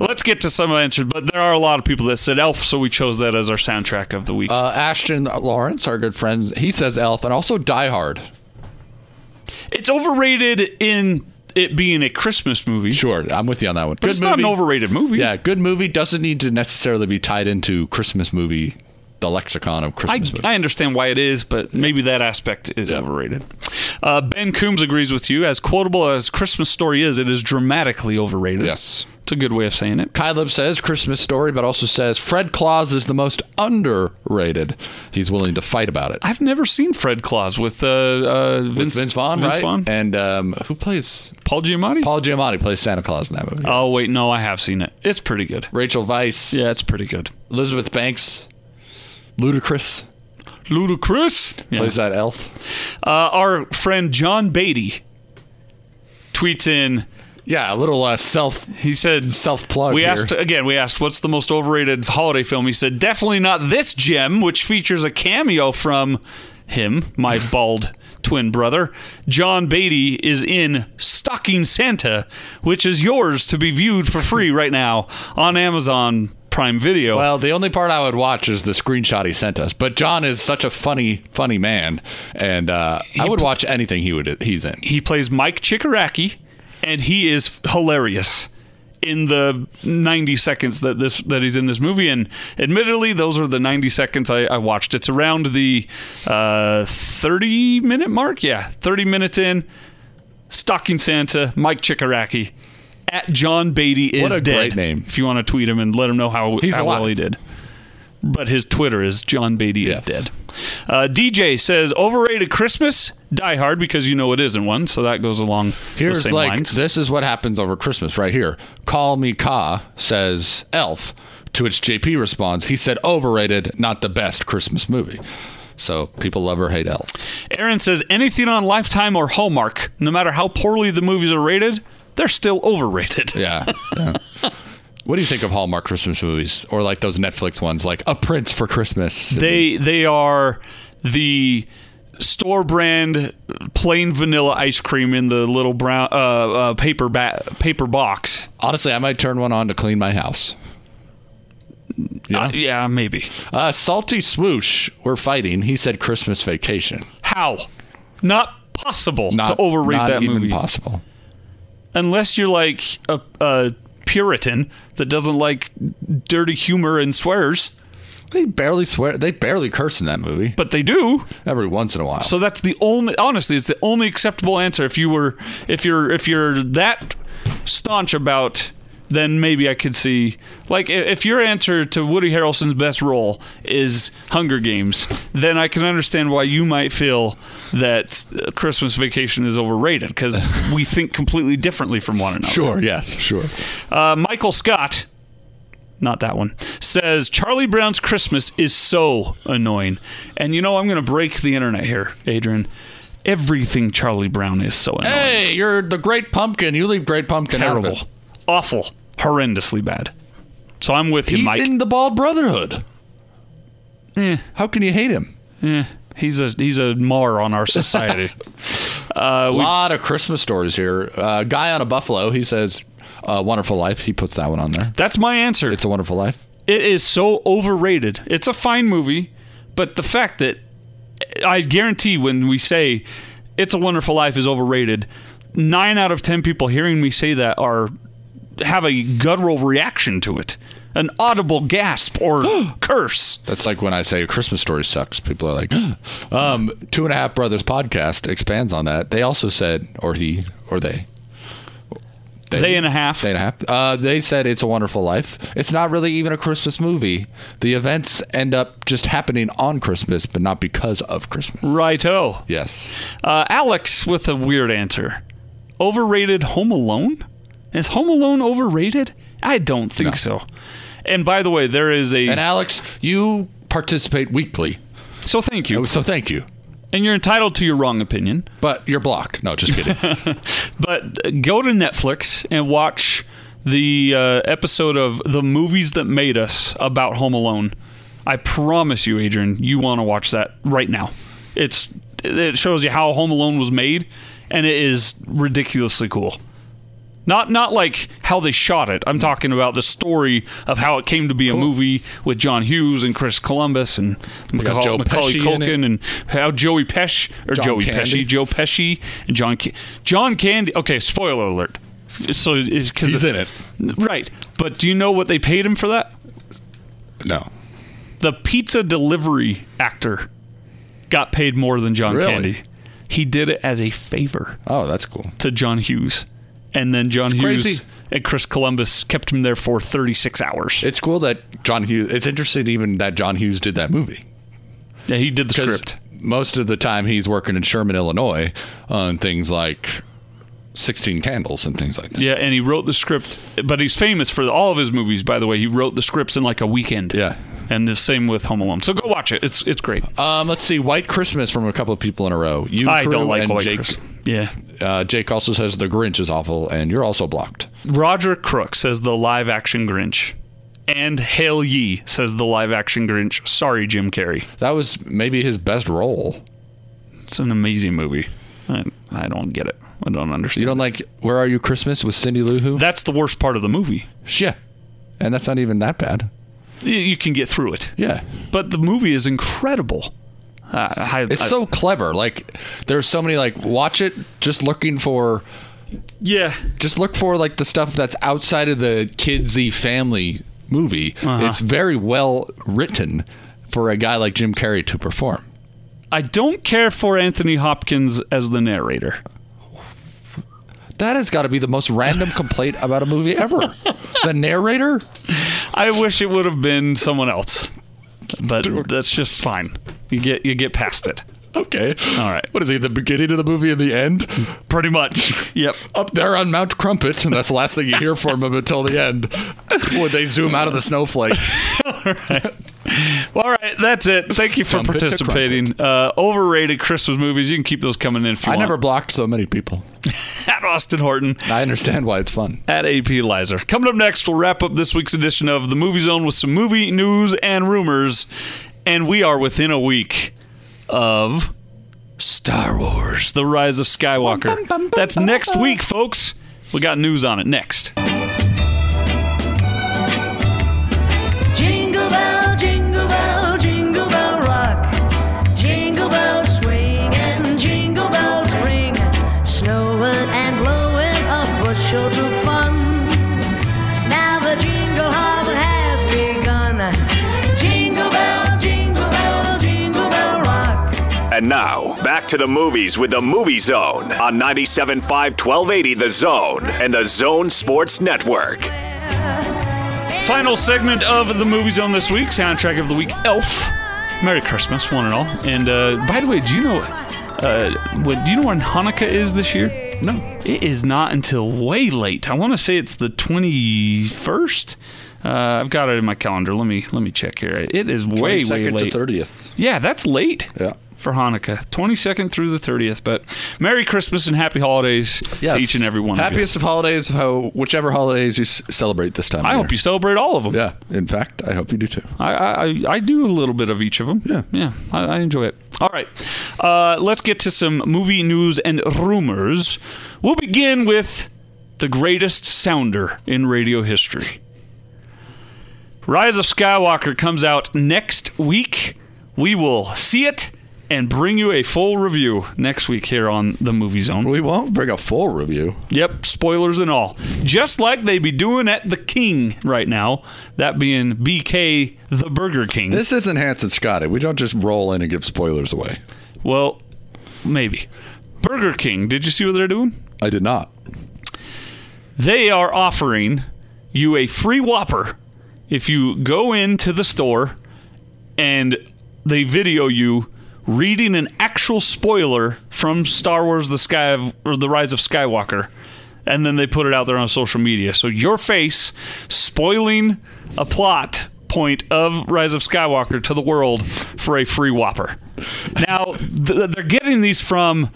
[SPEAKER 2] Let's get to some answers, but there are a lot of people that said Elf, so we chose that as our soundtrack of the week.
[SPEAKER 3] uh, Ashton Lawrence, our good friends, he says Elf, and also Die Hard.
[SPEAKER 2] it's overrated in it being a Christmas movie.
[SPEAKER 3] Sure, I'm with you on that one.
[SPEAKER 2] But it's not an overrated movie.
[SPEAKER 3] Yeah, good movie doesn't need to necessarily be tied into Christmas movie, the lexicon of
[SPEAKER 2] I,
[SPEAKER 3] Christmas movie.
[SPEAKER 2] I understand why it is, but maybe that aspect is overrated. Uh, ben Coombs agrees with you. As quotable as Christmas Story is, it is dramatically overrated.
[SPEAKER 3] Yes.
[SPEAKER 2] It's a good way of saying it.
[SPEAKER 3] Kyleb says Christmas story, but also says Fred Claus is the most underrated. He's willing to fight about it.
[SPEAKER 2] I've never seen Fred Claus with, uh, uh, Vince,
[SPEAKER 3] Vince, Vince Vaughn,
[SPEAKER 2] Vince
[SPEAKER 3] right?
[SPEAKER 2] Vaughn.
[SPEAKER 3] And um, who plays
[SPEAKER 2] Paul Giamatti?
[SPEAKER 3] Paul Giamatti plays Santa Claus in that movie.
[SPEAKER 2] oh, wait, no, I have seen it. It's pretty good.
[SPEAKER 3] Rachel Weisz,
[SPEAKER 2] Yeah, it's pretty good.
[SPEAKER 3] Elizabeth Banks, Ludacris
[SPEAKER 2] Ludacris? Yeah.
[SPEAKER 3] plays that elf.
[SPEAKER 2] Uh, our friend John Beatty tweets in,
[SPEAKER 3] Yeah, a little uh, self
[SPEAKER 2] he said,
[SPEAKER 3] self plug.
[SPEAKER 2] We
[SPEAKER 3] here.
[SPEAKER 2] asked again. We asked, "What's the most overrated holiday film?" He said, "Definitely not this gem, which features a cameo from him, my bald twin brother. John Beatty is in Stocking Santa, which is yours to be viewed for free right now on Amazon Prime Video."
[SPEAKER 3] Well, the only part I would watch is the screenshot he sent us. But John is such a funny, funny man, and uh, I would watch anything he would he's in.
[SPEAKER 2] he plays Mike Chikoraki, and he is hilarious in the 90 seconds that this that he's in this movie. And admittedly, those are the 90 seconds I, I watched. It's around the uh, 30 minute mark. Yeah, 30 minutes in. Stocking Santa, Mike Chikoraki. At John Beatty is
[SPEAKER 3] What a
[SPEAKER 2] dead.
[SPEAKER 3] great name.
[SPEAKER 2] If you want to tweet him and let him know how,
[SPEAKER 3] He's
[SPEAKER 2] how
[SPEAKER 3] alive.
[SPEAKER 2] well he did. but his Twitter is John Beatty
[SPEAKER 3] Yes.
[SPEAKER 2] is dead. Uh, DJ says overrated Christmas. Die Hard because you know it isn't one, so that goes along the
[SPEAKER 3] Here's
[SPEAKER 2] same
[SPEAKER 3] like
[SPEAKER 2] lines.
[SPEAKER 3] this is what happens over Christmas right here. Call me Ka says Elf, to which JP responds, he said overrated, not the best Christmas movie. So people love or hate Elf.
[SPEAKER 2] Aaron says anything on Lifetime or Hallmark, no matter how poorly the movies are rated, they're still overrated.
[SPEAKER 3] Yeah. yeah. what do you think of Hallmark Christmas movies or like those Netflix ones, like A Prince for Christmas?
[SPEAKER 2] They they are the store brand plain vanilla ice cream in the little brown uh, uh, paper ba- paper box.
[SPEAKER 3] Honestly, I might turn one on to clean my house.
[SPEAKER 2] Uh, yeah, maybe.
[SPEAKER 3] Uh, Salty Swoosh, we're fighting. He said Christmas Vacation.
[SPEAKER 2] How? Not possible to overrate
[SPEAKER 3] not
[SPEAKER 2] that
[SPEAKER 3] even
[SPEAKER 2] movie.
[SPEAKER 3] possible.
[SPEAKER 2] unless you're like a, a Puritan that doesn't like dirty humor and swears,
[SPEAKER 3] They barely swear. They barely curse in that movie.
[SPEAKER 2] but they do.
[SPEAKER 3] Every once in a while.
[SPEAKER 2] So that's the only. Honestly, it's the only acceptable answer. If you were, if you're, if you're that staunch about, then maybe I could see. Like, i- if your answer to Woody Harrelson's best role is Hunger Games, then I can understand why you might feel that uh, Christmas Vacation is overrated because we think completely differently from one another.
[SPEAKER 3] sure. Yes. Sure.
[SPEAKER 2] Uh, Michael Scott, not that one, says Charlie Brown's Christmas is so annoying. And you know, I'm going to break the internet here, Adrian. Everything Charlie Brown is so annoying.
[SPEAKER 3] Hey, you're the Great Pumpkin. You leave Great Pumpkin out of
[SPEAKER 2] Terrible.
[SPEAKER 3] it.
[SPEAKER 2] Awful. Horrendously bad. So I'm with you,
[SPEAKER 3] He's
[SPEAKER 2] Mike. Eh.
[SPEAKER 3] in the Bald Brotherhood. How can you hate him?
[SPEAKER 2] he's a he's a mar on our society. Uh,
[SPEAKER 3] A lot of Christmas stories here. Uh, guy on a buffalo. He says, uh, "Wonderful Life." He puts that one on there.
[SPEAKER 2] That's my answer.
[SPEAKER 3] It's a Wonderful Life.
[SPEAKER 2] it is so overrated. It's a fine movie, but the fact that I guarantee when we say "It's a Wonderful Life" is overrated, nine out of ten people hearing me say that are have a guttural reaction to it, an audible gasp or curse.
[SPEAKER 3] That's like when I say a Christmas story sucks. People are like, um, Two and a Half Brothers podcast expands on that. They also said, or he, or they.
[SPEAKER 2] Day and a half.
[SPEAKER 3] Day and a half. Uh, they said it's a wonderful life. It's not really even a Christmas movie. The events end up just happening on Christmas, but not because of Christmas.
[SPEAKER 2] Righto,
[SPEAKER 3] Yes.
[SPEAKER 2] oh. uh, Alex with a weird answer. Overrated Home Alone? Is Home Alone overrated? I don't think so. And by the way, there is a
[SPEAKER 3] And Alex, you participate weekly,
[SPEAKER 2] so thank you.
[SPEAKER 3] so thank you.
[SPEAKER 2] and you're entitled to your wrong opinion.
[SPEAKER 3] But you're blocked. No, just kidding.
[SPEAKER 2] But uh, go to Netflix and watch the uh, episode of the movies that made us about Home Alone. I promise you, Adrian, you want to watch that right now. It's it shows you how Home Alone was made, and it is ridiculously cool. Not not like how they shot it. I'm talking about the story of how it came to be a movie with John Hughes and Chris Columbus and
[SPEAKER 3] got
[SPEAKER 2] Macaul-
[SPEAKER 3] Joe
[SPEAKER 2] Macaulay
[SPEAKER 3] Pesci in it.
[SPEAKER 2] Culkin and how Joey Pesci or
[SPEAKER 3] John
[SPEAKER 2] Joey
[SPEAKER 3] Candy.
[SPEAKER 2] Pesci, Joe Pesci, and John Ca- John Candy. Okay, spoiler alert. So because
[SPEAKER 3] He's in it.
[SPEAKER 2] right? But do you know what they paid him for that?
[SPEAKER 3] No.
[SPEAKER 2] The pizza delivery actor got paid more than John
[SPEAKER 3] Really?
[SPEAKER 2] Candy. He did it as a favor
[SPEAKER 3] Oh, that's cool.
[SPEAKER 2] to John Hughes, and then John Hughes
[SPEAKER 3] crazy.
[SPEAKER 2] and Chris Columbus kept him there for 36 hours.
[SPEAKER 3] It's cool that John Hughes. It's interesting even that John Hughes did that movie.
[SPEAKER 2] yeah, he did the
[SPEAKER 3] 'Cause
[SPEAKER 2] script.
[SPEAKER 3] Most of the time, he's working in Sherman, Illinois, on things like Sixteen Candles and things like that.
[SPEAKER 2] Yeah, and he wrote the script, but he's famous for all of his movies. By the way, he wrote the scripts in like a weekend.
[SPEAKER 3] Yeah.
[SPEAKER 2] and the same with Home Alone. So go watch it. It's it's great.
[SPEAKER 3] Um, let's see. White Christmas from a couple of people in a row. You,
[SPEAKER 2] I
[SPEAKER 3] Crew,
[SPEAKER 2] don't like
[SPEAKER 3] and
[SPEAKER 2] White
[SPEAKER 3] Jake.
[SPEAKER 2] Christmas. Yeah,
[SPEAKER 3] Uh, Jake also says the Grinch is awful, and you're also blocked.
[SPEAKER 2] Roger Crook says the live action Grinch, and Hale Yee says the live action Grinch. Sorry, Jim Carrey.
[SPEAKER 3] That was maybe his best role.
[SPEAKER 2] It's an amazing movie. I, I don't get it. I don't understand.
[SPEAKER 3] You don't like Where Are You Christmas with Cindy Lou Who?
[SPEAKER 2] That's the worst part of the movie.
[SPEAKER 3] yeah, and that's not even that bad.
[SPEAKER 2] You, you can get through it,
[SPEAKER 3] Yeah,
[SPEAKER 2] but the movie is incredible. Uh, I,
[SPEAKER 3] it's
[SPEAKER 2] I-
[SPEAKER 3] so clever. Like there's so many like watch it just looking for
[SPEAKER 2] yeah.
[SPEAKER 3] just look for like the stuff that's outside of the kidsy family movie. It's very well written for a guy like Jim Carrey to perform.
[SPEAKER 2] I don't care for Anthony Hopkins as the narrator.
[SPEAKER 3] That has got to be the most random complaint about a movie ever. the narrator?
[SPEAKER 2] I wish it would have been someone else. but that's just fine. You get you get past it.
[SPEAKER 3] Okay.
[SPEAKER 2] All right.
[SPEAKER 3] What is he? The beginning of the movie and the end?
[SPEAKER 2] Pretty much. Yep.
[SPEAKER 3] Up there on Mount Crumpet, and that's the last thing you hear from him until the end. When they zoom out of the snowflake.
[SPEAKER 2] Well, all right. That's it. Thank you for
[SPEAKER 3] From pit to
[SPEAKER 2] participating. Uh, overrated Christmas movies. You can keep those coming in if you
[SPEAKER 3] I
[SPEAKER 2] want.
[SPEAKER 3] never blocked so many people.
[SPEAKER 2] At Austin Horton.
[SPEAKER 3] I understand why it's fun.
[SPEAKER 2] at AP Lizer. Coming up next, we'll wrap up this week's edition of The Movie Zone with some movie news and rumors. And we are within a week of Star Wars The Rise of Skywalker. That's next week, folks. We got news on it next.
[SPEAKER 7] Jingle bell, jingle bell, jingle bell rock. Jingle bells swing and jingle bells ring. Snowing and blowing a bushel to fun. Now the jingle hobble has begun. Jingle bell, jingle bell, jingle bell rock.
[SPEAKER 1] And now, back to the movies with the Movie Zone on 97.5 1280 The Zone and the Zone Sports Network.
[SPEAKER 2] Final segment of The Movie Zone this week, soundtrack of the week, Elf. Merry Christmas, one and all. And uh, by the way, do you know uh, what? Do you know when Hanukkah is this year?
[SPEAKER 3] No.
[SPEAKER 2] It is not until way late. I want to say it's the 21st. Uh, I've got it in my calendar. Let me let me check here. It is way way
[SPEAKER 3] Second to
[SPEAKER 2] late.
[SPEAKER 3] 30th.
[SPEAKER 2] Yeah, that's late.
[SPEAKER 3] Yeah.
[SPEAKER 2] For Hanukkah, 22nd through the 30th. But Merry Christmas and Happy Holidays
[SPEAKER 3] Yes.
[SPEAKER 2] to each and every one of you.
[SPEAKER 3] Happiest of holidays, how, whichever holidays you s- celebrate this time. of
[SPEAKER 2] I hope
[SPEAKER 3] year.
[SPEAKER 2] you celebrate all of them.
[SPEAKER 3] Yeah. In fact, I hope you do too.
[SPEAKER 2] I, I, I- I do a little bit of each of them.
[SPEAKER 3] Yeah.
[SPEAKER 2] Yeah, I, I enjoy it. All right. Uh, let's get to some movie news and rumors. We'll begin with the greatest sounder in radio history. Rise of Skywalker comes out next week. We will see it and bring you a full review next week here on the Movie Zone.
[SPEAKER 3] We won't bring a full review.
[SPEAKER 2] Yep, spoilers and all. Just like they be doing at the King right now, that being BK the Burger King.
[SPEAKER 3] This isn't Hanson Scotty. We don't just roll in and give spoilers away.
[SPEAKER 2] Well, maybe. Burger King, did you see what they're doing?
[SPEAKER 3] I did not.
[SPEAKER 2] They are offering you a free Whopper if you go into the store and they video you reading an actual spoiler from Star Wars the Sky of, or the Rise of Skywalker and then they put it out there on social media. So your face spoiling a plot point of Rise of Skywalker to the world for a free Whopper. Now th- they're getting these from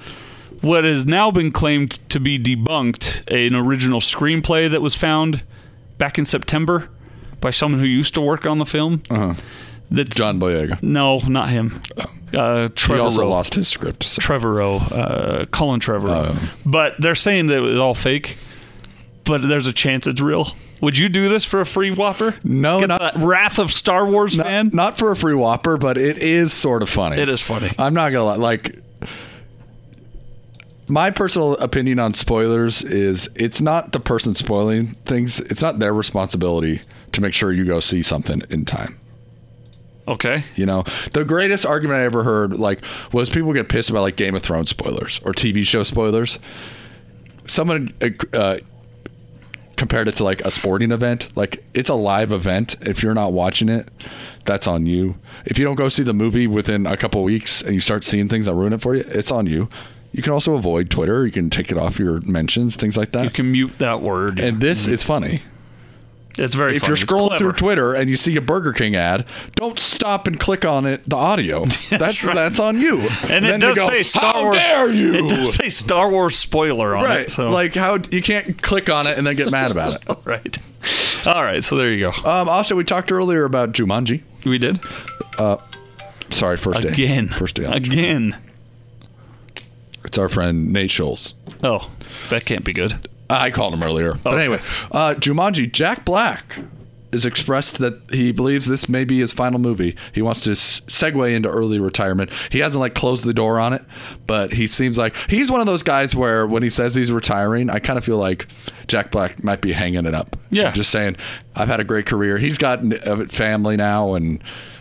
[SPEAKER 2] what has now been claimed to be debunked an original screenplay that was found back in September by someone who used to work on the film. Uh-huh. That's
[SPEAKER 3] John Boyega.
[SPEAKER 2] no, not him. Uh, Trevor
[SPEAKER 3] Oh. He also
[SPEAKER 2] Rowe.
[SPEAKER 3] lost his script. so-
[SPEAKER 2] Trevorrow, uh, Colin Trevorrow.
[SPEAKER 3] Oh.
[SPEAKER 2] but they're saying that it was all fake, but there's a chance it's real. Would you do this for a free Whopper?
[SPEAKER 3] No,
[SPEAKER 2] Get
[SPEAKER 3] not-
[SPEAKER 2] the wrath of Star Wars
[SPEAKER 3] not,
[SPEAKER 2] fan.
[SPEAKER 3] not for a free whopper, but it is sort of funny.
[SPEAKER 2] It is funny.
[SPEAKER 3] I'm not gonna lie. Like my personal opinion on spoilers is it's not the person spoiling things. It's not their responsibility to make sure you go see something in time.
[SPEAKER 2] Okay.
[SPEAKER 3] You know, the greatest argument I ever heard like was people get pissed about like Game of Thrones spoilers or TV show spoilers. Someone uh, compared it to like a sporting event. Like it's a live event. If you're not watching it, that's on you. If you don't go see the movie within a couple weeks and you start seeing things that ruin it for you, it's on you. You can also avoid Twitter. You can take it off your mentions, things like that.
[SPEAKER 2] You can mute that word.
[SPEAKER 3] and this is funny
[SPEAKER 2] it's very
[SPEAKER 3] if
[SPEAKER 2] funny.
[SPEAKER 3] you're
[SPEAKER 2] It's
[SPEAKER 3] scrolling
[SPEAKER 2] clever.
[SPEAKER 3] through Twitter and you see a Burger King ad, don't stop and click on it. The audio that's that's,
[SPEAKER 2] right.
[SPEAKER 3] on you.
[SPEAKER 2] And it
[SPEAKER 3] they
[SPEAKER 2] does
[SPEAKER 3] go,
[SPEAKER 2] say Star
[SPEAKER 3] How
[SPEAKER 2] Wars.
[SPEAKER 3] dare you?
[SPEAKER 2] It does say Star Wars spoiler on
[SPEAKER 3] right.
[SPEAKER 2] it. So.
[SPEAKER 3] Like how you can't click on it and then get mad about it.
[SPEAKER 2] right. All right. So there you go.
[SPEAKER 3] Um, also, we talked earlier about Jumanji.
[SPEAKER 2] we did
[SPEAKER 3] Sorry, first day
[SPEAKER 2] again.
[SPEAKER 3] First day. out.
[SPEAKER 2] Again.
[SPEAKER 3] It's our friend Nate Scholes.
[SPEAKER 2] Oh, that can't be good.
[SPEAKER 3] I called him earlier. But
[SPEAKER 2] Okay.
[SPEAKER 3] anyway, uh, Jumanji, Jack Black has expressed that he believes this may be his final movie. He wants to s- segue into early retirement. He hasn't like closed the door on it, but he seems like he's one of those guys where when he says he's retiring, I kind of feel like Jack Black might be hanging it up.
[SPEAKER 2] Yeah.
[SPEAKER 3] Just saying, I've had a great career. He's got a family now, and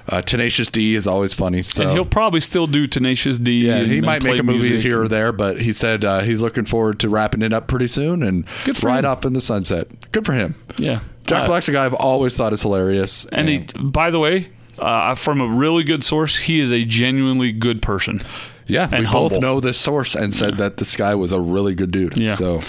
[SPEAKER 3] uh, Tenacious D is always funny. So
[SPEAKER 2] And he'll probably still do Tenacious D.
[SPEAKER 3] yeah,
[SPEAKER 2] and-
[SPEAKER 3] he
[SPEAKER 2] and
[SPEAKER 3] might
[SPEAKER 2] play
[SPEAKER 3] make a movie
[SPEAKER 2] music.
[SPEAKER 3] here or there, but he said uh, he's looking forward to wrapping it up pretty soon and
[SPEAKER 2] Good for
[SPEAKER 3] right
[SPEAKER 2] him.
[SPEAKER 3] off in the sunset. Good for him.
[SPEAKER 2] Yeah.
[SPEAKER 3] Jack
[SPEAKER 2] Uh,
[SPEAKER 3] Black's a guy I've always thought is hilarious.
[SPEAKER 2] And he, by the way, uh, from a really good source, he is a genuinely good person.
[SPEAKER 3] Yeah,
[SPEAKER 2] And
[SPEAKER 3] we
[SPEAKER 2] humble.
[SPEAKER 3] both know this source and said that this guy was a really good dude.
[SPEAKER 2] Yeah.
[SPEAKER 3] So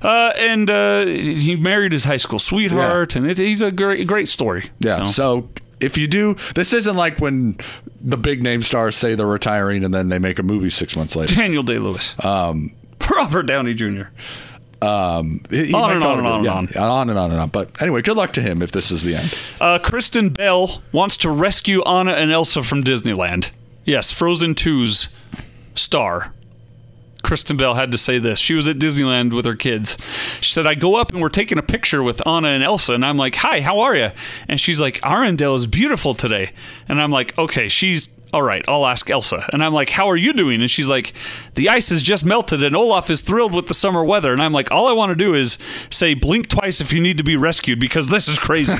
[SPEAKER 2] Uh, and uh, he married his high school sweetheart, and it, he's a great, great story.
[SPEAKER 3] yeah. So.
[SPEAKER 2] so,
[SPEAKER 3] if you do, this isn't like when the big name stars say they're retiring and then they make a movie six months later.
[SPEAKER 2] Daniel Day Lewis, um, Robert Downey Jr.
[SPEAKER 3] He- he
[SPEAKER 2] On
[SPEAKER 3] might
[SPEAKER 2] and
[SPEAKER 3] go
[SPEAKER 2] on and on and on.
[SPEAKER 3] yeah, on and on and on. But anyway, good luck to him if this is the end.
[SPEAKER 2] Uh, Kristen Bell wants to rescue Anna and Elsa from Disneyland. Yes, Frozen 2's star. Kristen Bell had to say this. She was at Disneyland with her kids. She said, I go up and we're taking a picture with Anna and Elsa. And I'm like, Hi, how are you? And she's like, Arendelle is beautiful today. And I'm like, Okay, she's all right. I'll ask Elsa. And I'm like, How are you doing? And she's like, The ice has just melted and Olaf is thrilled with the summer weather. And I'm like, All I want to do is say, Blink twice if you need to be rescued because this is crazy.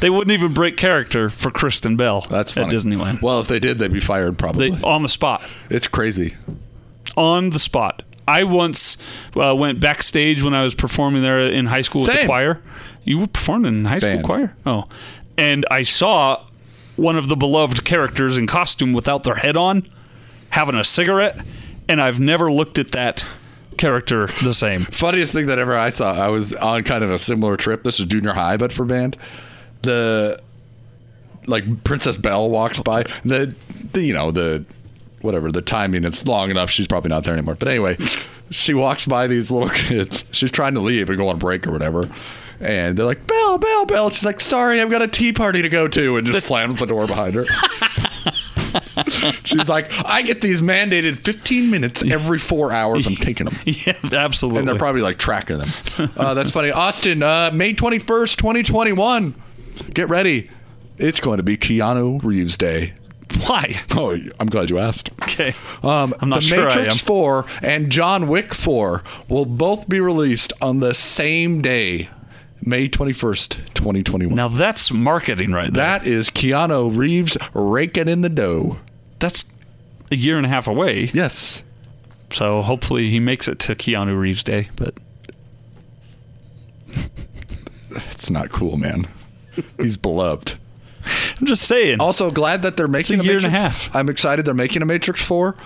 [SPEAKER 2] they wouldn't even break character for Kristen Bell
[SPEAKER 3] That's funny.
[SPEAKER 2] at Disneyland.
[SPEAKER 3] Well, if they did, they'd be fired probably.
[SPEAKER 2] They, on the spot
[SPEAKER 3] it's crazy.
[SPEAKER 2] on the spot. I once uh, went backstage when I was performing there in high school with the
[SPEAKER 3] Same.
[SPEAKER 2] choir. You were performing in high school
[SPEAKER 3] Band.
[SPEAKER 2] choir? Oh. And I saw one of the beloved characters in costume without their head on having a cigarette, and I've never looked at that character the same.
[SPEAKER 3] funniest thing that ever I saw. I was on kind of a similar trip. This is junior high, but for band, the like Princess Belle walks by the, the you know the whatever the timing. It's long enough. She's probably not there anymore. But anyway, she walks by these little kids. She's trying to leave and go on break or whatever. And they're like, Belle, Belle, Belle. She's like, sorry, I've got a tea party to go to. And just slams the door behind her. She's like, I get these mandated 15 minutes every four hours. I'm taking them.
[SPEAKER 2] Yeah, absolutely.
[SPEAKER 3] And they're probably like tracking them. Uh, that's funny. Austin, uh, May 21st, 2021. Get ready. It's going to be Keanu Reeves Day.
[SPEAKER 2] Why?
[SPEAKER 3] Oh, I'm glad you asked.
[SPEAKER 2] Okay.
[SPEAKER 3] Um,
[SPEAKER 2] I'm not
[SPEAKER 3] the
[SPEAKER 2] sure I
[SPEAKER 3] Matrix
[SPEAKER 2] am.
[SPEAKER 3] 4 and John Wick 4 will both be released on the same day, May 21st, 2021.
[SPEAKER 2] Now that's marketing right there.
[SPEAKER 3] that is Keanu Reeves raking in the dough.
[SPEAKER 2] that's a year and a half away.
[SPEAKER 3] Yes.
[SPEAKER 2] So hopefully he makes it to Keanu Reeves Day, but
[SPEAKER 3] It's not cool, man. He's beloved.
[SPEAKER 2] I'm just saying.
[SPEAKER 3] Also, glad that they're making
[SPEAKER 2] a year and a
[SPEAKER 3] Matrix.
[SPEAKER 2] half.
[SPEAKER 3] I'm excited they're making a Matrix Four,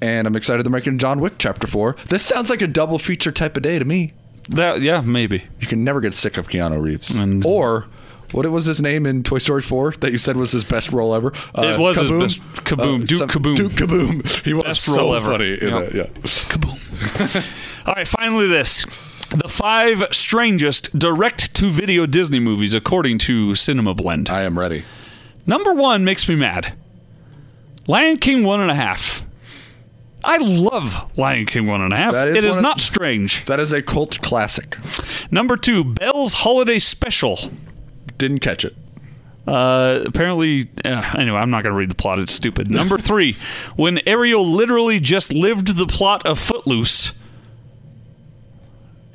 [SPEAKER 3] and I'm excited they're making John Wick Chapter Four. This sounds like a double feature type of day to me.
[SPEAKER 2] That yeah, maybe.
[SPEAKER 3] You can never get sick of Keanu Reeves.
[SPEAKER 2] And-
[SPEAKER 3] or what was his name in Toy Story Four that you said was his best role ever? Uh,
[SPEAKER 2] It was his best- Kaboom. Duke Kaboom.
[SPEAKER 3] Duke Kaboom. He was
[SPEAKER 2] Best
[SPEAKER 3] so
[SPEAKER 2] role ever.
[SPEAKER 3] funny. in
[SPEAKER 2] Yep.
[SPEAKER 3] it, yeah.
[SPEAKER 2] Kaboom. All right, finally this. The five strangest direct to video Disney movies according to Cinema Blend.
[SPEAKER 3] I am ready.
[SPEAKER 2] Number one makes me mad. Lion King one and a half. I love Lion King one and a half.
[SPEAKER 3] That is
[SPEAKER 2] it is
[SPEAKER 3] one of-
[SPEAKER 2] not strange.
[SPEAKER 3] That is a cult classic.
[SPEAKER 2] Number two, Bell's Holiday Special.
[SPEAKER 3] Didn't catch it.
[SPEAKER 2] Uh, apparently, uh, anyway, I'm not going to read the plot. It's stupid. Number three, when Ariel literally just lived the plot of Footloose.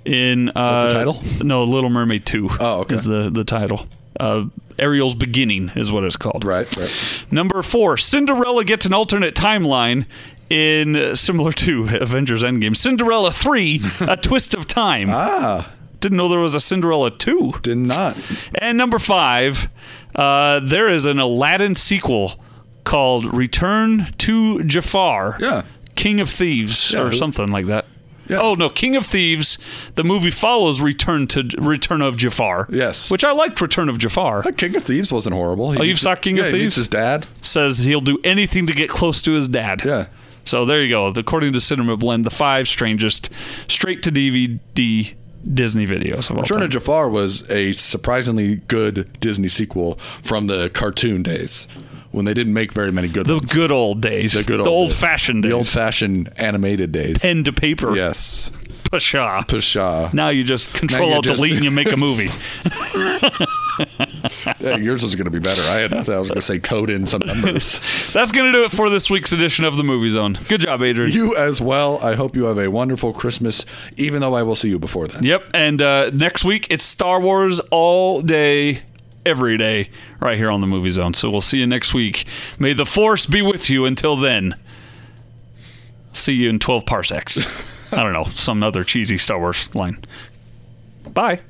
[SPEAKER 2] In uh,
[SPEAKER 3] the title?
[SPEAKER 2] No, Little Mermaid Two.
[SPEAKER 3] Oh, okay.
[SPEAKER 2] Is the the title? Uh, Ariel's beginning is what it's called.
[SPEAKER 3] Right. Right.
[SPEAKER 2] Number four, Cinderella gets an alternate timeline in uh, similar to Avengers Endgame. Cinderella Three, a twist of time.
[SPEAKER 3] Ah,
[SPEAKER 2] Didn't know there was a Cinderella Two.
[SPEAKER 3] did not.
[SPEAKER 2] And number five, uh, there is an Aladdin sequel called Return to Jafar,
[SPEAKER 3] Yeah.
[SPEAKER 2] King of Thieves,
[SPEAKER 3] Yeah.
[SPEAKER 2] or something like that.
[SPEAKER 3] Yeah.
[SPEAKER 2] Oh no, King of Thieves. The movie follows Return to Return of Jafar.
[SPEAKER 3] Yes.
[SPEAKER 2] which I liked. Return of Jafar
[SPEAKER 3] That King of Thieves wasn't horrible. He
[SPEAKER 2] Oh, you've
[SPEAKER 3] meets-
[SPEAKER 2] saw King of
[SPEAKER 3] yeah, he meets
[SPEAKER 2] Thieves?
[SPEAKER 3] his dad.
[SPEAKER 2] says he'll do anything to get close to his dad.
[SPEAKER 3] Yeah.
[SPEAKER 2] So there you go. According to Cinema Blend, the five strangest straight to DVD Disney videos of all
[SPEAKER 3] Return
[SPEAKER 2] time.
[SPEAKER 3] of Jafar was a surprisingly good Disney sequel from the cartoon days when they didn't make very many good
[SPEAKER 2] the
[SPEAKER 3] ones.
[SPEAKER 2] good old days.
[SPEAKER 3] The good old days.
[SPEAKER 2] fashioned days.
[SPEAKER 3] The old fashioned animated days.
[SPEAKER 2] pen to paper.
[SPEAKER 3] yes.
[SPEAKER 2] Pshaw.
[SPEAKER 3] Pshaw.
[SPEAKER 2] Now you just control
[SPEAKER 3] you
[SPEAKER 2] alt
[SPEAKER 3] just-
[SPEAKER 2] delete and you make a movie.
[SPEAKER 3] Yeah, yours was going to be better. I had nothing. I was going to say code in some numbers.
[SPEAKER 2] That's going to do it for this week's edition of the Movie Zone. Good job, Adrian.
[SPEAKER 3] you as well. I hope you have a wonderful Christmas, even though I will see you before then.
[SPEAKER 2] yep. And uh, next week, it's Star Wars all day, every day, right here on the Movie Zone. So we'll see you next week. May the Force be with you until then. See you in 12 parsecs. I don't know, some other cheesy Star Wars line. Bye.